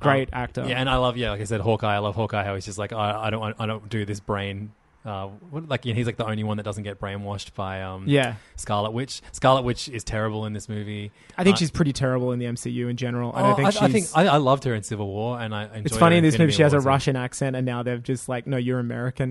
Great Um, actor. Yeah, and I love yeah, like I said, Hawkeye. I love Hawkeye. How he's just like, I, I don't, I don't do this brain. Uh, what, like you know, he's like the only one that doesn't get brainwashed by um Yeah. Scarlet Witch. Scarlet Witch is terrible in this movie. I think Uh, she's pretty terrible in the MCU in general. I oh, don't think I, she's I think I, I loved her in Civil War, and I. Enjoyed It's funny her in this movie Infinity she has a War, so- Russian accent and now they've just like, no, you're American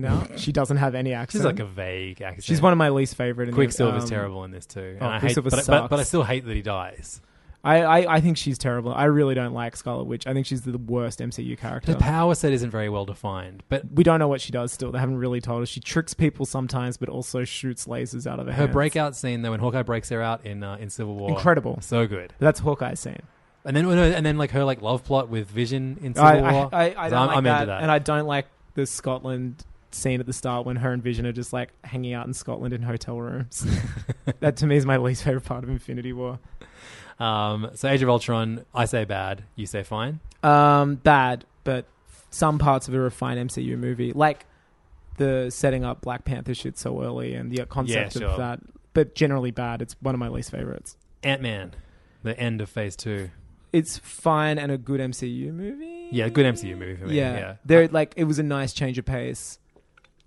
now. she doesn't have any accent. She's like a vague accent. She's one of my least favorite. in the- Quicksilver's um, terrible in this too, and oh, I hate, Quicksilver but, but, sucks. but I still hate that he dies. I, I, I think she's terrible. I really don't like Scarlet Witch. I think she's the worst MCU character. The power set isn't very well defined, but we don't know what she does still. They haven't really told us. She tricks people sometimes, but also shoots lasers out of her. her hands. breakout scene though, when Hawkeye breaks her out in uh, in Civil War, Incredible. so good. That's Hawkeye's scene. And then oh, and then like her like love plot with Vision in Civil I, I, War. I, I So don't like I'm that, into that. and I don't like the Scotland scene at the start when her and Vision are just like hanging out in Scotland in hotel rooms. that to me is my least favorite part of Infinity War. um, so Age of Ultron, I say bad, you say fine. Um, bad, but some parts of it are a fine MCU movie, like the setting up Black Panther shit so early and the concept Yeah, of sure. that. But generally bad. It's one of my least favorites. Ant Man, the end of Phase Two. It's fine and a good MCU movie. Yeah, good MCU movie for me. yeah, Yeah, They're, like it was a nice change of pace.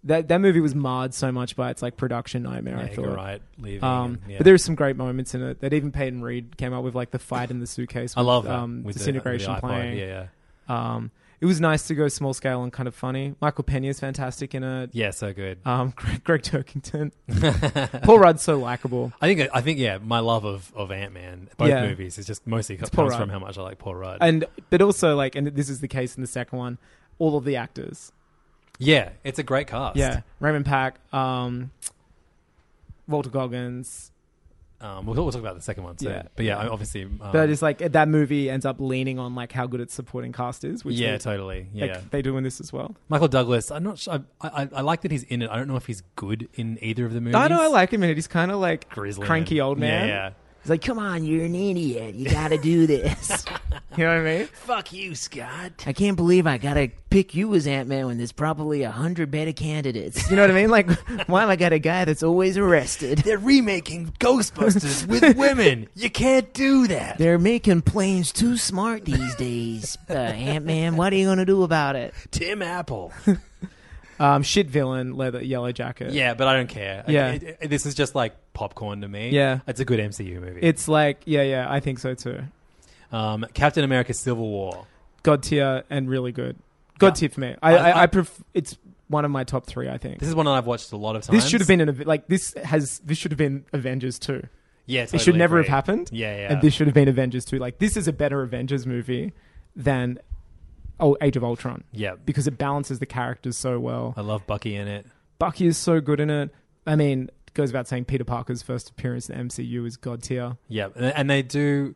That that movie was marred so much by its like production nightmare. I Yeah, thought. you're right. Leaving. Um, and- yeah. But there are some great moments in it. That even Peyton Reed came up with, like the fight in the suitcase. I with, love that um, with the- disintegration with the iPod, playing. Yeah, yeah, Um, it was nice to go small scale and kind of funny. Michael Pena is fantastic in it. yeah, so good. Um, Greg, Greg Turkington, Paul Rudd's so likable. I think I think yeah, my love of, of Ant Man, both Yeah. movies, is just mostly comes Paul from Rudd. how much I like Paul Rudd. And but also like, and this is the case in the second one. All of the actors, yeah, it's a great cast. yeah, Raymond Pack, um, Walter Goggins. um, we'll, we'll talk about the second one soon. Yeah. but yeah, I- obviously, um, But it's like that movie ends up leaning on like how good its supporting cast is, which yeah, they, totally, they, yeah. they do in this as well. Michael Douglas, I'm not sure. I, I, I like that he's in it. I don't know if he's good in either of the movies. I know I like him, and he's kind of like Grizzly cranky and- old man. Yeah, yeah. He's like, "Come on, you're an idiot. You got to do this." you know what I mean? Fuck you, Scott. I can't believe I gotta pick you as Ant Man when there's probably a hundred better candidates. You know what I mean? Like, why have I got a guy that's always arrested? They're remaking Ghostbusters with women. You can't do that. They're making planes too smart these days. Uh, Ant Man, what are you gonna do about it? Tim Apple. Um, shit villain, leather, yellow jacket. yeah, but I don't care. I- Yeah. it- it- this is just like popcorn to me. Yeah. it's a good MCU movie. It's like, yeah, yeah, I think so too. um, Captain America: Civil War. God tier and really good. God Yeah. tier for me. I, I, I- I, I- pref- it's one of my top three, I think. This This, is one that I've watched a lot of times. should have been an, av- like, this has, this should have been Avengers 2. Yeah, it should totally never agree. have happened. Yeah, yeah. And this should have been Avengers 2. Like, this is a better Avengers movie than oh, Age of Ultron yeah, because it balances the characters so well. I love Bucky in it. Bucky is so good in it. I mean, it goes without saying Peter Parker's first appearance in MCU is god tier. Yeah, and, and they do.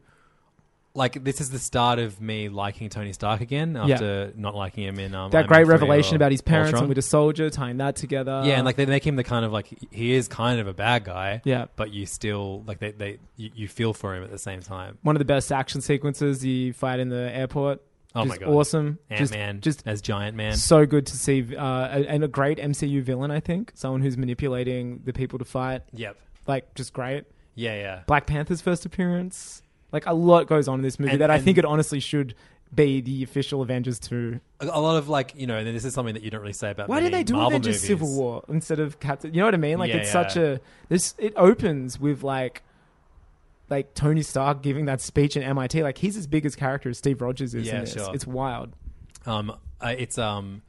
Like this is the start of me liking Tony Stark again Yeah. after not liking him in um, That Iron Man great 3 revelation or about his parents Ultron. and uh, with a soldier, tying that together. yeah, and like they make him the kind of like he is kind of a bad guy. Yeah. but you still like they they you, you feel for him at the same time. one of the best action sequences, the fight in the airport. Oh just my God. Awesome. Ant Man, Just, as Giant Man. just so good to see, uh, and a great MCU villain. I think someone who's manipulating the people to fight. yep. Like, just great. Yeah, yeah. Black Panther's first appearance. Like a lot goes on in this movie And- that I and- think it honestly should be the official Avengers 2. A a lot of like you know, and this is something that you don't really say about. Why many did they do Marvel Avengers movies. Civil War instead of Captain? You know what I mean? Like Yeah, it's yeah. such a this. It opens with like like Tony Stark giving that speech in MIT. Like he's as big as character as Steve Rogers is. Yeah, in this. sure. It's wild. Um, uh, it's um,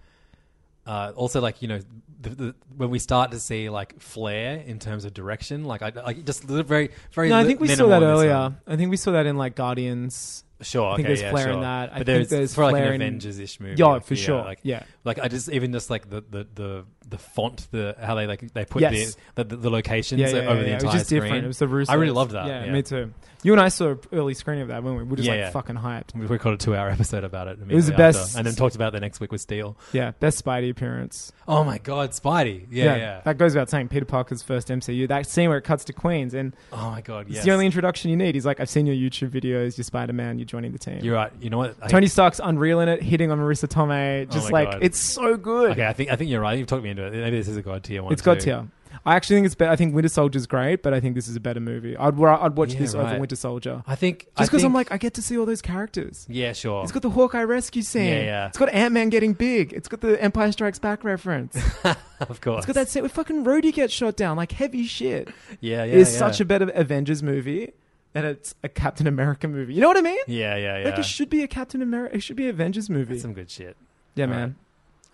uh, also like you know, the, the, when we start to see like flair in terms of direction, like I like just the very very. No, I li- think we saw minimal that in this earlier. one. I think we saw that in like Guardians. Sure, I think okay, there's yeah, flair in sure. that. I But think there's, there's for like flair an in- Avengers-ish movie. Yeah, I for feel sure. Like, Yeah. like I just even just like the the the, the font, the how they like they put Yes. the, the the locations Yeah, yeah, yeah, over the yeah. entire it was just screen. different. It was the Russos. I really loved that. Yeah, me too. You and I saw an early screening of that, weren't we? We We're just Yeah, like yeah. fucking hyped. We recorded a two-hour episode about it. was the immediately after, best- and then talked about it the next week with Steel. Yeah, best Spidey appearance. Oh my God, Spidey! Yeah, yeah. That goes without saying. Peter Parker's first MCU. That scene where it cuts to Queens and oh my God, yes. It's the only introduction you need. He's like, I've seen your YouTube videos, you're Spider Man, you're joining the team. You're right. You know what? I- Tony Stark's unreal in it, hitting on Marissa Tomei. Just my like, God. it's so good. Okay, I think I think you're right. You've talked me into it. Maybe this is a god tier one. it's God too. tier. I actually think it's better. I think Winter Soldier's great, but I think this is a better movie. I'd, wa- I'd watch Yeah, this over right. Winter Soldier. I think I Just because I'm think- like, I get to see all those characters. yeah, sure. It's got the Hawkeye rescue scene. Yeah, yeah. It's got Ant Man getting big. It's got the Empire Strikes Back reference. it's of course. got that set where fucking Rhodey gets shot down. Like, heavy shit. yeah, yeah. it's yeah. such a better Avengers movie than it's a Captain America movie. You know what I mean? yeah, yeah, yeah. Like it should be a Captain America. It should be an Avengers movie. That's some good shit. yeah, all man.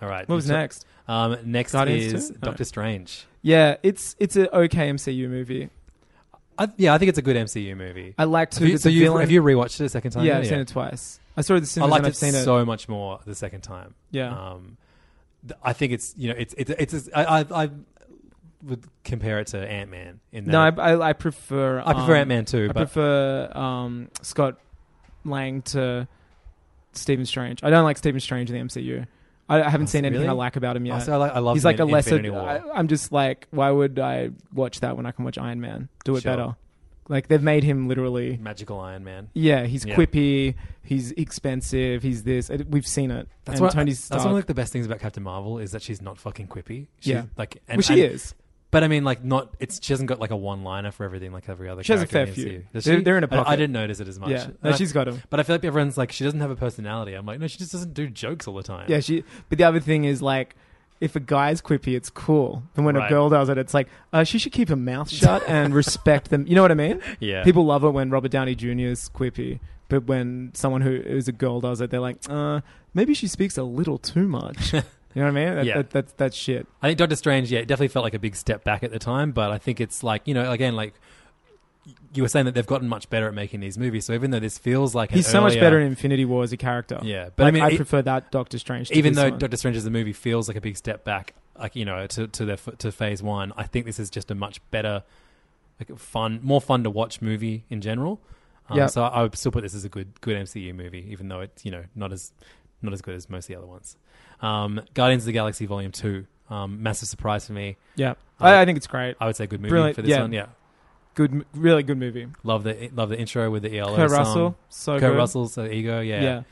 All right. What was You took- next? Um, next Guardians is two? No. Doctor Strange. Yeah, it's it's an okay MCU movie. I, yeah, I think it's a good MCU movie. I liked Have who you, did so the you, villain- have you rewatched it a second time? Yeah, now? I've seen it twice. I saw it at the I cinemas liked and I've it seen it- so much more the second time. Yeah. Um, th- I think it's you know it's it's it's, it's I, I I would compare it to Ant Man in that. No, I, I, I prefer. I prefer um, Ant-Man too, I but- prefer um, Scott Lang to Stephen Strange. I don't like Stephen Strange in the MCU. I I haven't seen anything Oh, really? I like about him yet. Oh, so I like- I loved He's him like in a lesser. Infinity War. I, am just like, why would I watch that when I can watch Iron Man? Do it Sure. better. Like they've made him literally Magical Iron Man. Yeah, he's Yeah. quippy. He's expensive. He's this. It- We've seen it. That's and what Tony That's one of Stark- like, the best things about Captain Marvel is that she's not fucking quippy. She's, Yeah. like Well, she is. But I mean, like, not it's she hasn't got like a one liner for everything like every other. She has a character in the fair few. MCU. Does They're- she? they're in a I- I, pocket. didn't notice it as much. Yeah. And No, I- she's got 'em. But I feel like everyone's like she doesn't have a personality. I'm like, no, she just doesn't do jokes all the time. Yeah, she. But the other thing is like, if a guy's quippy, it's cool. And when Right. a girl does it, it's like uh, she should keep her mouth shut and respect them. You know what I mean? Yeah. People love it when Robert Downey Jr. is quippy, but when someone who is a girl does it, they're like, uh, maybe she speaks a little too much. you know what I mean? That, Yeah. That, that's that's shit. I think Doctor Strange, yeah, it definitely felt like a big step back at the time, but I think it's like, you know, again, like you were saying that they've gotten much better at making these movies. So even though this feels like an He's so much earlier- better in Infinity War as a character. Oh, Yeah, but I Like, mean, I it- prefer that Doctor Strange. To even this though one. Doctor Strange as a movie feels like a big step back, like you know, to to their f- to phase one. I think this is just a much better, like fun, more fun to watch movie in general. Um, Yeah. So I would still put this as a good good MCU movie, even though it's you know not as not as good as most of the other ones. Um, Guardians of the Galaxy Volume Two, um, massive surprise for me. Yeah. I, I, I think it's great. I would say good movie Brilliant. for this one. Yeah, Good, m- really good movie. love the love the intro with the ELO Kurt song. Russell, so Kurt good. Russell's uh, ego. Yeah. Yeah.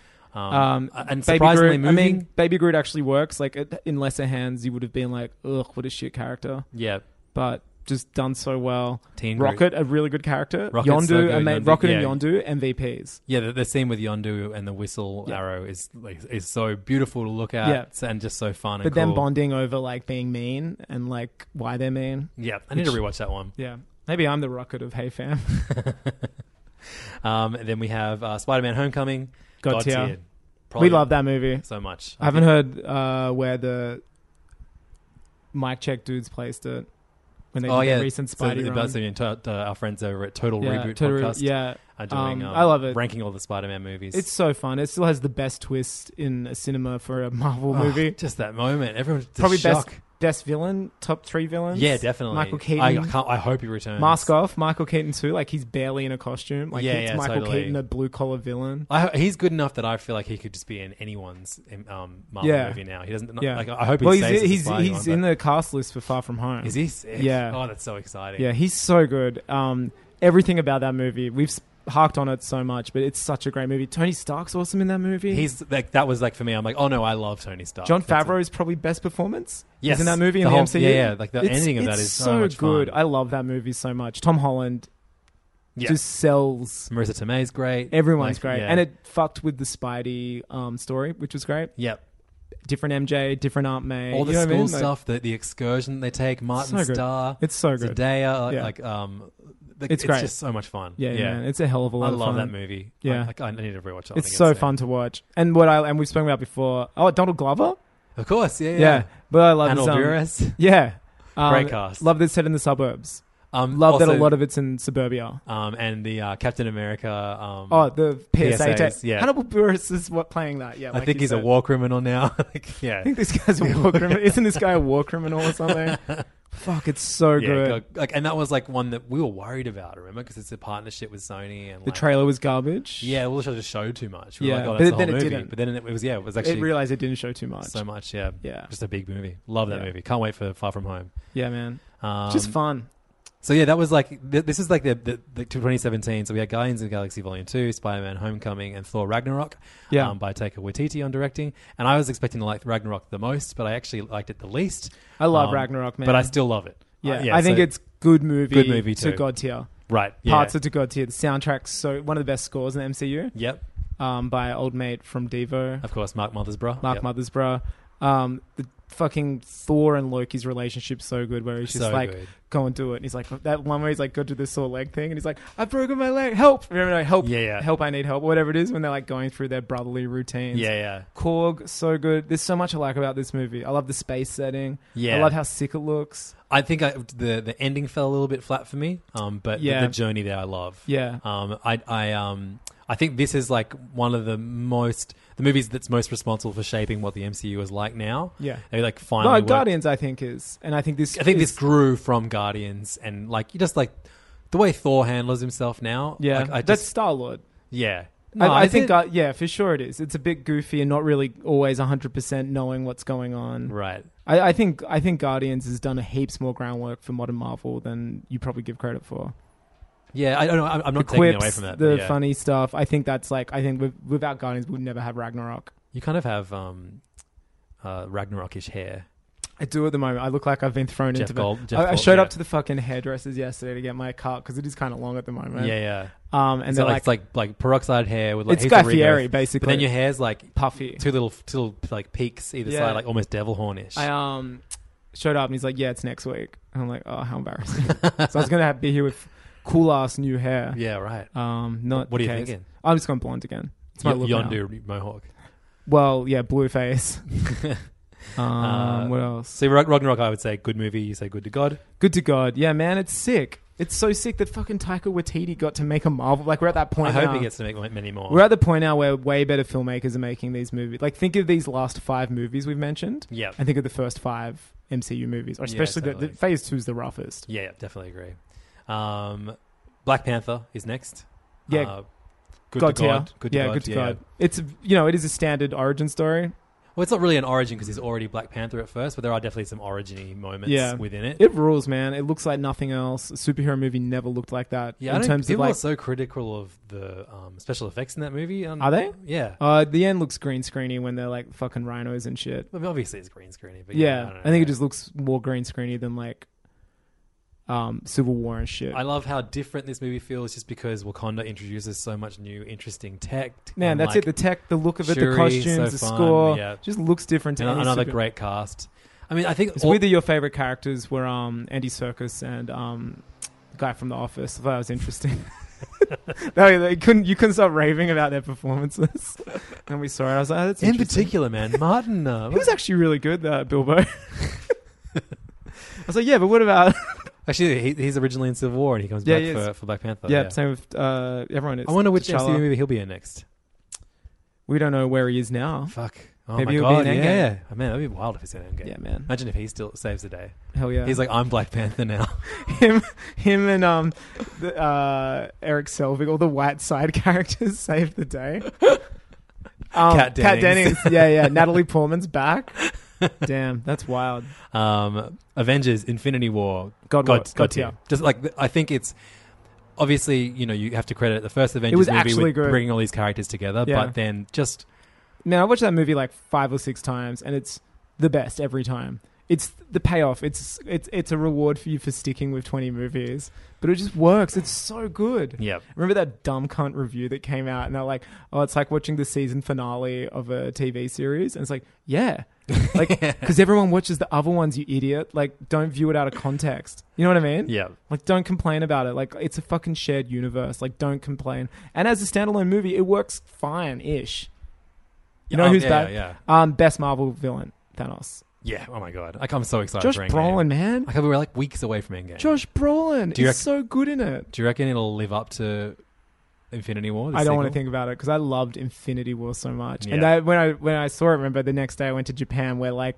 Um, and Baby surprisingly Groot, moving. I mean, Baby Groot actually works. Like it, in lesser hands, you would have been like, "Ugh, what a shit character." Yeah. but just done so well. Teen Groot. Rocket, a really good character. Rocket's Yondu, so good, and Yondu, Rocket yeah. and Yondu MVPs. Yeah, the, the scene with Yondu and the whistle arrow is like, is so beautiful to look at and just so fun. But and then cool. bonding over like being mean and like why they're mean. Yeah, I need to rewatch that one. Yeah, maybe I'm the Rocket of Hey Fam. Um, and then we have uh, Spider-Man: Homecoming. God God tier. tier. we love that movie so much. I haven't heard uh, where the mic check dudes placed it when they oh did yeah, the recent so Spidey the- run. so the enti- uh, our friends over at Total Yeah, Reboot Total Re- podcast. yeah. are doing. Um, um, I love it. Ranking all the Spider-Man movies. It's so fun. It still has the best twist in a cinema for a Marvel Oh, movie. just that moment. Everyone's just Probably shocked. best best villain, top three villains. Yeah, definitely. Michael I- Keaton. I can't- I hope he returns. Mask off. Michael Keaton too. Like he's barely in a costume. Like Yeah, it's yeah, Michael totally. Keaton, a blue collar villain. I, he's good enough that I feel like he could just be in anyone's um, Marvel movie now. He doesn't. Not, Like I hope he well, stays as he's the he's, Spider-Man, he's but- in the cast list for Far From Home. Is he sick? Yeah. Oh, that's so exciting. Yeah, he's so good. Um, everything about that movie. We've s- harked on it so much, but it's such a great movie. Tony Stark's awesome in that movie. He's like that was like for me. I'm like, oh no, I love Tony Stark. John That's it. Favreau's probably best performance. Yes, is in that movie the in whole- the MCU. yeah, yeah, like, the It's- ending of that it's is so so, much fun. good. I love that movie so much. Tom Holland Yeah. just sells. Marissa Tomei's great. Everyone's Like, great, yeah. and it fucked with the Spidey um, story, which was great. Yep. Different MJ, different Aunt May. all the you know what I school mean? Like, stuff, the the excursion they take, Martin so good. Starr, It's so good. Zendaya, like, Yeah. like, um, the, It's great. just so much fun. Yeah, man, it's a hell of a lot I of love fun. that movie. Yeah. I, I, I need to rewatch that. I it's think so sick. fun to watch. And what I and we've spoken about before. Oh, Donald Glover. Of course, yeah, yeah. But I love Anna this, um, Alvarez. Yeah, um, Great cast. Love this set in the suburbs. Um, love that a also- lot of it's in suburbia. Um, and the uh, Captain America. Um, Oh, the PSA tape. PSAs, yeah. Hannibal Buress is what playing that. Yeah, I like think you he's a said. war criminal now. like, yeah, I think this guy's a war criminal. Isn't this guy a war criminal or something? Fuck, it's so Yeah, good. go- like, and that was like one that we were worried about. Remember, because it's a partnership with Sony, and The like, trailer was garbage. Yeah, well, it just showed too much. We Yeah, were like, oh, but that's the then whole it movie. didn't. But then it, it was yeah, it was It actually realized it didn't show too much. So much, yeah, Yeah. just a big movie. Love that Yeah. movie. Can't wait for Far From Home. Yeah, man. um, It's just fun. So yeah, that was like th- this is like the, the, the 2017. So we had Guardians of the Galaxy Volume Two, Spider Man Homecoming, and Thor Ragnarok. Yeah. um, by Taika Waititi on directing. And I was expecting to like Ragnarok the most, but I actually liked it the least. Um, I love Ragnarok, but man. I still love it. Yeah, Uh, I think so- it's good movie. Good movie too. to God tier. Right, yeah. Parts are to God tier. The soundtrack's so one of the best scores in the MCU. Yep. Um, by old mate from Devo, of course Mark Mothersbaugh. Mark Yep. Mothersbaugh. Um, the fucking Thor and Loki's relationship so good, where he's just So like, good. "Go and do it." And he's like that one where he's like, "Go do this sore leg thing," and he's like, "I've broken my leg. Help!" Remember, like, help, Yeah, yeah. help. I need help. Whatever it is, when they're like going through their brotherly routines. Yeah, yeah. Korg, so good. There's so much I like about this movie. I love the space setting. I Yeah. love how sick it looks. I think I, the the ending fell a little bit flat for me, um, but the- Yeah. the, journey there I love. Yeah. um, I I um I think this is like one of the most the movies that's most responsible for shaping what the MCU is like now. Yeah. they like finally. No, worked- Guardians, I think is, and I think this. I think this is- grew from Guardians, and like you just like the way Thor handles himself now. Yeah, like, I that's just Star Lord. yeah. I, I is think, it? uh, yeah, for sure it is. It's a bit goofy and not really always 100% knowing what's going on. right. I, I think I think Guardians has done a heaps more groundwork for modern Marvel than you probably give credit for. Yeah, I don't know. I'm, I'm The not taking quips, away from that. the but yeah. funny stuff. I think that's like I think with, without Guardians we'd never have Ragnarok. You kind of have um, uh, Ragnarokish hair. I do at the moment. I look like I've been thrown Jeff into. the- Gold- Jeff I, I Gold, showed yeah. up to the fucking hairdressers yesterday to get my cut because it is kind of long at the moment. Yeah, yeah. Um, and It's they're like, like, it's like like peroxide hair with like It's heaps of Guy Fieri, regrowth. But basically. then your hair's like Puffy. two little two little like peaks either Yeah. side, like almost devil hornish. I um showed up and he's like, "Yeah, it's next week." And I'm like, "Oh, how embarrassing!" so I was gonna have, be here with cool ass new hair. yeah, right. Um, not. What the are you case. thinking? I'm just going blonde again. It's my Y- look now. Yondu mohawk. Well, yeah, blue face. um, Uh, what else? So Rag- Ragnarok, I would say good movie. You say good to God. Good to God. Yeah, man, it's sick. It's so sick that fucking Taika Waititi got to make a Marvel. Like we're at that point. I hope now. he gets to make ma- many more. We're at the point now where way better filmmakers are making these movies. Like, think of these last five movies we've mentioned. Yep. And think of the first five MCU movies, or Yeah, especially the, totally. the phase two is the roughest. yeah, yeah, definitely agree. Um, Black Panther is next. Yeah. Uh, good God to tier. God. Good to yeah, God. good to yeah. God. It's you know, it is a standard origin story. Well, it's not really an origin because he's already Black Panther at first, but there are definitely some originy moments yeah, within it. It rules, man. It looks like nothing else. A superhero movie never looked like that. yeah, I in don't- terms of people like, are so critical of the um, special effects in that movie. Um, Are they? Yeah. uh, the end looks green screeny when they're like fucking rhinos and shit. I mean, obviously it's green screeny, but Yeah, yeah, don't know. I, think it just looks more green screeny than like, um, Civil War and shit. I love how different this movie feels just because Wakanda introduces so much new, interesting tech. Man, and, that's like, it. The tech, the look of it, Shuri, the costumes, so the fun, score, yeah. just looks different. To and any another super- great cast. I mean, I think It's all- weird that your favorite characters were um, Andy Circus and um, the guy from The Office. I thought that was interesting. no, they couldn't. You couldn't stop raving about their performances. And we saw it. I was like, oh, that's in interesting. particular, man, Martin. Uh, He was actually really good, uh, Bilbo. I was like, yeah, but what about? actually, he, he's originally in Civil War, and he comes Yeah, he back is. for, for Black Panther. yeah, same with uh, everyone. Is I wonder which T'Challa. MCU movie he'll be in next. We don't know where he is now. Fuck. Oh Maybe my he'll god! be in Endgame. yeah, oh, man, that'd be wild if he's in Endgame. Yeah, man. Imagine if he still saves the day. Hell yeah. He's like, I'm Black Panther now. him, him, and um, the, uh, Eric Selvig, all the white side characters saved the day. Um, Kat Dennings. Dennings, yeah, yeah. Natalie Portman's back. Damn, that's wild. um, Avengers, Infinity War, God God, what? God, God tier. tier. Just like th- I think it's obviously you know you have to credit the first Avengers was movie actually with good. bringing all these characters together, Yeah. but then just Man, I watched that movie like five or six times, and it's the best every time. It's the payoff. It's it's it's a reward for you for sticking with twenty movies, but it just works. It's so good. yeah, Remember that dumb cunt review that came out, and they're like, "Oh, it's like watching the season finale of a TV series," and it's like, "Yeah, like because everyone watches the other ones, you idiot! Like, don't view it out of context. You know what I mean? yeah, Like, don't complain about it. Like, it's a fucking shared universe. Like, don't complain. And as a standalone movie, it works fine-ish. You know Um, who's yeah, bad? Yeah, Um, best Marvel villain, Thanos. yeah, yeah. Oh my god, like, I'm so excited. Josh for Endgame. Brolin, man. Like we're like weeks away from Endgame. Josh Brolin. Do you rec- He's so good in it. Do you reckon it'll live up to Infinity War? the I don't want to sequel? think about it because I loved Infinity War so much. Yeah. And I, when I when I saw it, remember the next day I went to Japan where like,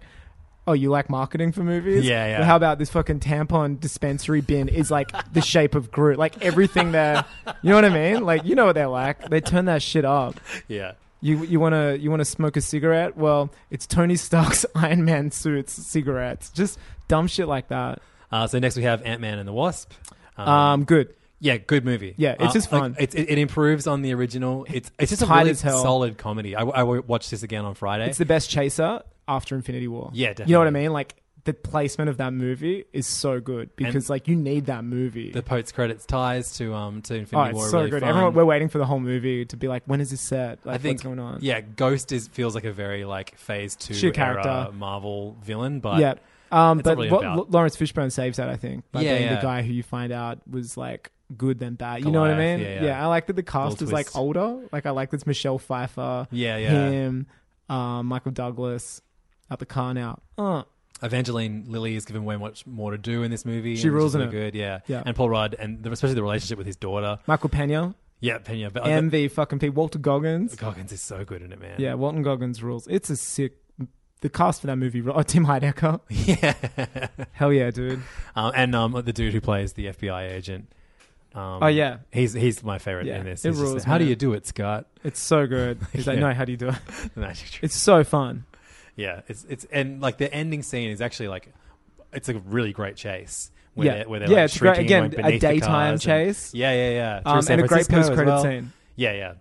oh, you like marketing for movies? Yeah, yeah. Well, how about this fucking tampon dispensary bin is like the shape of Groot, like everything there. You know what I mean? Like you know what they're like. They turn that shit up. Yeah. You you want to you want to smoke a cigarette? Well, it's Tony Stark's Iron Man suits cigarettes. Just dumb shit like that. Uh, so next we have Ant Man and the Wasp. Um, Um, good. yeah, good movie. Uh, Yeah, it's just like, fun. it's- it, it improves on the original. It's it's just a tight really as hell. solid comedy. I, I watched this again on Friday. It's the best chaser after Infinity War. Yeah, You know what I definitely. mean? Like the placement of that movie is so good because like you need that movie. The post credits ties to um to oh, Infinity it's War. are so really good. fun. Everyone, we're waiting for the whole movie to be like, when is this set? Like, I think what's going on? Yeah, Ghost is feels like a very like phase two Sheer era character. Marvel villain, but yeah. Um, it's not but really what, about- Lo- Lawrence Fishburne saves that, I think, by Yeah, being yeah. the guy who you find out was like good then bad. You know what I Goliath, mean? yeah, yeah. I like that the cast Little is like twists. older. Like I like that's Michelle Pfeiffer. Yeah, yeah. Him, um, Michael Douglas, at the car now. Uh, Evangeline Lilly is given way much more to do in this movie. She and rules she's in really it. good, yeah. Yeah. And Paul Rudd, and the, especially the relationship with his daughter. Michael Pena, Yeah, Pena. But uh, MV fucking P. Walter Goggins. Goggins is so good in it, man. Yeah, Walton Goggins rules. It's a sick. The cast for that movie. ru- Oh, Tim Heidecker. Yeah. Hell yeah, dude. Um, and um, the dude who plays the FBI agent. Um, Oh, yeah. he's he's my favorite in this. It He's just rules, like, How do man. you do it, Scott? It's so good. He's like, Yeah. no, how do you do it? No, it's true. it's so fun. Yeah, it's it's and like the ending scene is actually like it's a really great chase. Where Yeah. they're, where they're Yeah, like it's great. shrieking Again, went a beneath the daytime cars chase. And, yeah, yeah, yeah. Um, Through San and a great Francisco as post-credit well. scene. Yeah, yeah.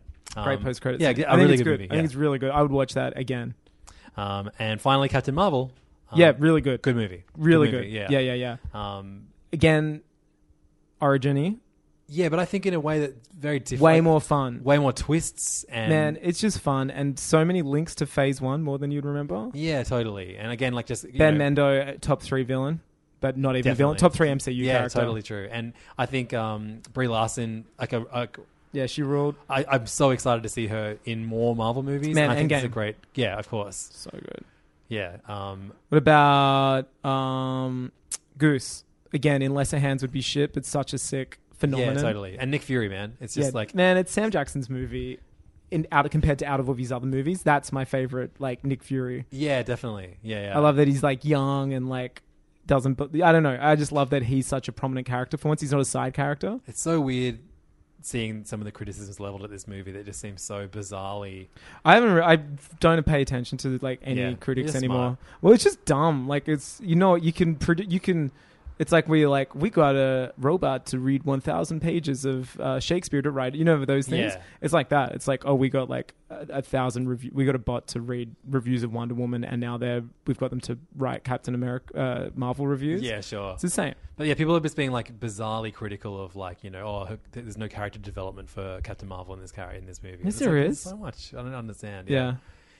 Great Um, post credits. Yeah, I think a really it's good, good. movie. I yeah. think it's really good. I would watch that again. Um, and finally, Captain Marvel. Um, Yeah, really good. Good movie. Really movie, good. Yeah, Yeah, yeah, yeah. Um, Again, origin yeah, but I think in a way that's very different. Way more fun. Way more twists and Man, it's just fun and so many links to phase one more than you'd remember. yeah, totally. And again, like just you Ben know, Mendo, uh, top three villain, but not even villain. Definitely. Top three MCU yeah, character. totally true. And I think um, Brie Larson, like a, a Yeah, she ruled. I, I'm so excited to see her in more Marvel movies. Man, and I think it's a Endgame. great. Yeah, of course. So good. Yeah. Um, What about um, Goose? Again, in lesser hands would be shit, but such a sick phenomenon. Yeah, totally. And Nick Fury, man, it's just Yeah, like man, it's Sam Jackson's movie. In out compared to out of all these other movies, that's my favorite. Like Nick Fury. yeah, definitely. Yeah, yeah. I love that he's like young and like doesn't. But I don't know. I just love that he's such a prominent character. For once, he's not a side character. It's so weird seeing some of the criticisms leveled at this movie that just seems so bizarrely. I haven't. Re- I don't pay attention to like any Yeah, critics you're anymore. smart. Well, it's just dumb. Like it's you know you can produ- you can. It's like we like we got a robot to read one thousand pages of uh, Shakespeare to write. You know those things. Yeah. It's like that. It's like oh we got like a, a thousand review. We got a bot to read reviews of Wonder Woman, and now they're we've got them to write Captain America uh, Marvel reviews. Yeah, sure. It's the same. But yeah, people are just being like bizarrely critical of like you know oh her- there's no character development for Captain Marvel in this character in this movie. Yes, It's there like, is. so much. I don't understand. Yeah.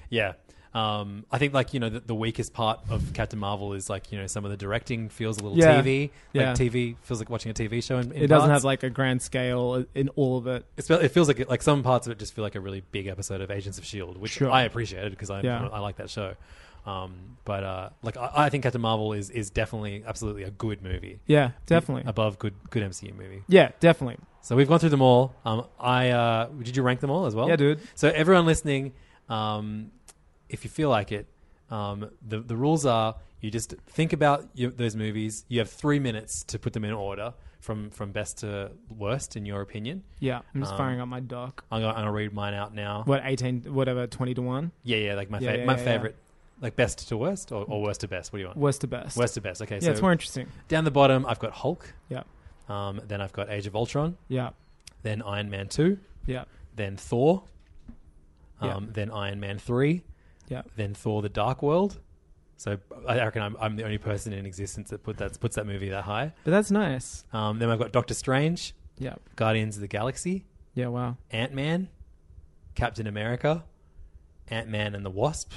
yeah. Um, I think like you know the, the weakest part of Captain Marvel is like you know some of the directing feels a little Yeah. TV. Like Yeah. TV feels like watching a TV show. In, in It doesn't parts. have like a grand scale uh, in all of it. It's, it feels like like some parts of it just feel like a really big episode of Agents of Shield, which Sure. I appreciated because I, Yeah. I like that show. Um, but uh, like I, I think Captain Marvel is is definitely absolutely a good movie. Yeah, definitely. above good good MCU movie. Yeah, definitely. So we've gone through them all. Um, I uh, did you rank them all as well? Yeah, dude. So everyone listening, um, if you feel like it, um, the the rules are you just think about your, those movies. You have three minutes to put them in order from from best to worst in your opinion. Yeah, I'm just Um, firing up my doc. I'm gonna, I'm gonna read mine out now. What eighteen? Whatever, twenty to one. Yeah, yeah, like my Yeah, fa- yeah, my yeah, yeah. favorite, like best to worst or, or worst to best. What do you want? Worst to best. Worst to best. Okay, Yeah, so it's more interesting. Down the bottom, I've got Hulk. Yeah. Um, then I've got Age of Ultron. Yeah. Then Iron Man two. Yeah. Then Thor. Yeah. Um, Then Iron Man three. Yeah. Then Thor: The Dark World. So I reckon I'm, I'm the only person in existence that put that puts that movie that high. But that's nice. Um, then I've got Doctor Strange, Yeah. Guardians of the Galaxy, Yeah. Wow. Ant Man, Captain America, Ant Man and the Wasp.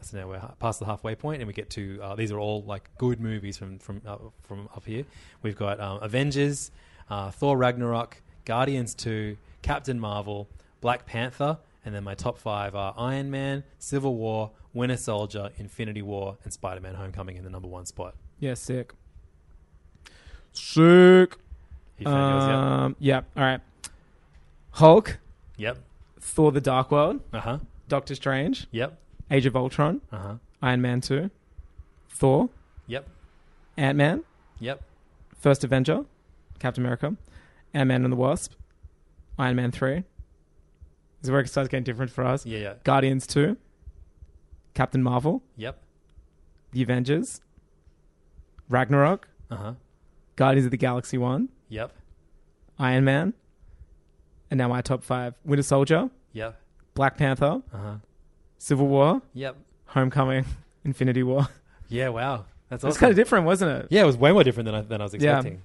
So now we're ha- past the halfway point, and we get to uh, these are all like good movies from from uh, from up here. We've got um, Avengers, uh, Thor Ragnarok, Guardians Two, Captain Marvel, Black Panther, and then my top five are Iron Man, Civil War, Winter Soldier, Infinity War, and Spider Man Homecoming in the number one spot. Yeah. Sick. Sick. You found yours, yeah? Um. Yeah. All right. Hulk, Yep. Thor: The Dark World, Uh huh. Doctor Strange, Yep. Age of Ultron, Uh huh. Iron Man Two, Thor, Yep. Ant Man, Yep. First Avenger, Captain America, Ant Man and the Wasp, Iron Man Three. This is where it starts getting different for us. Yeah. Yeah. Guardians Two, Captain Marvel, Yep. The Avengers, Ragnarok, Uh huh. Guardians of the Galaxy 1, Yep. Iron Man, and now my top five Winter Soldier, Yep. Black Panther, Uh huh. Civil War, Yep. Homecoming, Infinity War. Yeah. Wow. That's It was awesome. kinda different, wasn't it? Yeah, it was way more different than I, than I was Yeah. expecting.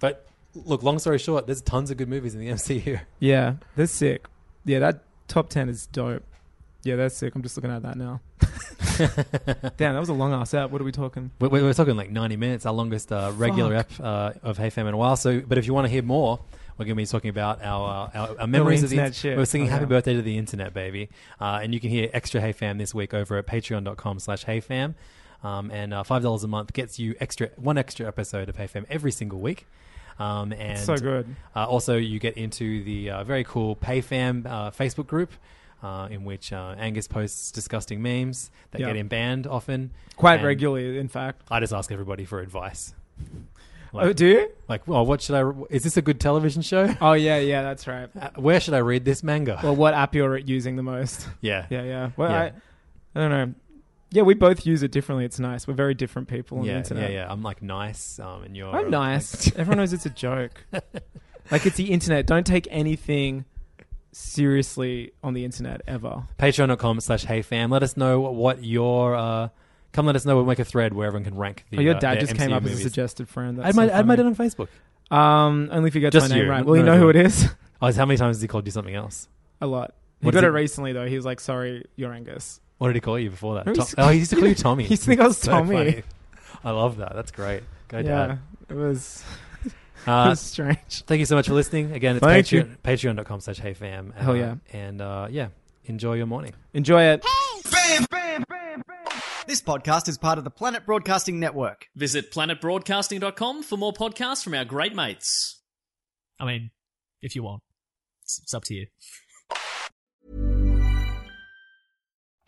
But look, long story short, there's tons of good movies in the MCU. Yeah, that's sick. Yeah, that top ten is dope. Yeah, that's sick. I'm just looking at that now. Damn, that was a long ass app. What are we talking? We- we- We're, talking like 90 minutes, our longest uh, regular app Fuck. uh, of Hey Fam in a while. So, but if you want to hear more, we're going to be talking about our uh, our, our memories of the internet in- shit. We're singing Oh, Happy yeah. Birthday to the Internet, baby, uh, and you can hear extra Hey Fam this week over at Patreon.com/slash Hey Fam, um, and uh, five dollars a month gets you extra one extra episode of Hey Fam every single week. Um, and so good. Uh, also, you get into the uh, very cool PayFam uh, Facebook group, uh, in which uh, Angus posts disgusting memes that Yeah. get him banned often, Quite And- regularly, in fact. I just ask everybody for advice. oh, do you? Like, well, what should I? Is this a good television show? Oh yeah, yeah, that's right. Uh, Where should I read this manga? Well, what app you're using the most? Yeah. yeah, yeah. Well, Yeah. I, I don't know. Yeah, we both use it differently. It's nice. We're very different people on the yeah, yeah, internet. yeah. I'm like nice, um, and you're. I'm nice. Everyone knows it's a joke. like it's the internet. Don't take anything seriously on the internet ever. Patreon.com slash Hey Fam. Let us know what your. Uh, come let us know. We'll make a thread where everyone can rank the. oh, your uh, dad their just came MCU up as movies. a suggested friend. That's Add so my, add my dad funny. on Facebook. Um, only if he gets my name right. Well, you No, know who it everyone. is. Oh, is- how many times has he called you something else? A lot. What he is got it it- recently though. He was like, "Sorry, you're Angus." What did he call you before that? No, Tom- he's- oh, he used to call you Tommy. He used to think I was So Tommy. funny. I love that. That's great. Go yeah, dad. it was. Uh, it was strange. Thank you so much for listening. Again, it's Thank you. Patreon, patreon.com slash heyfam. Uh, Hell yeah. And uh, yeah, enjoy your morning. Enjoy it. This podcast is part of the Planet Broadcasting Network. Visit planetbroadcasting.com for more podcasts from our great mates. I mean, if you want, it's, it's up to you.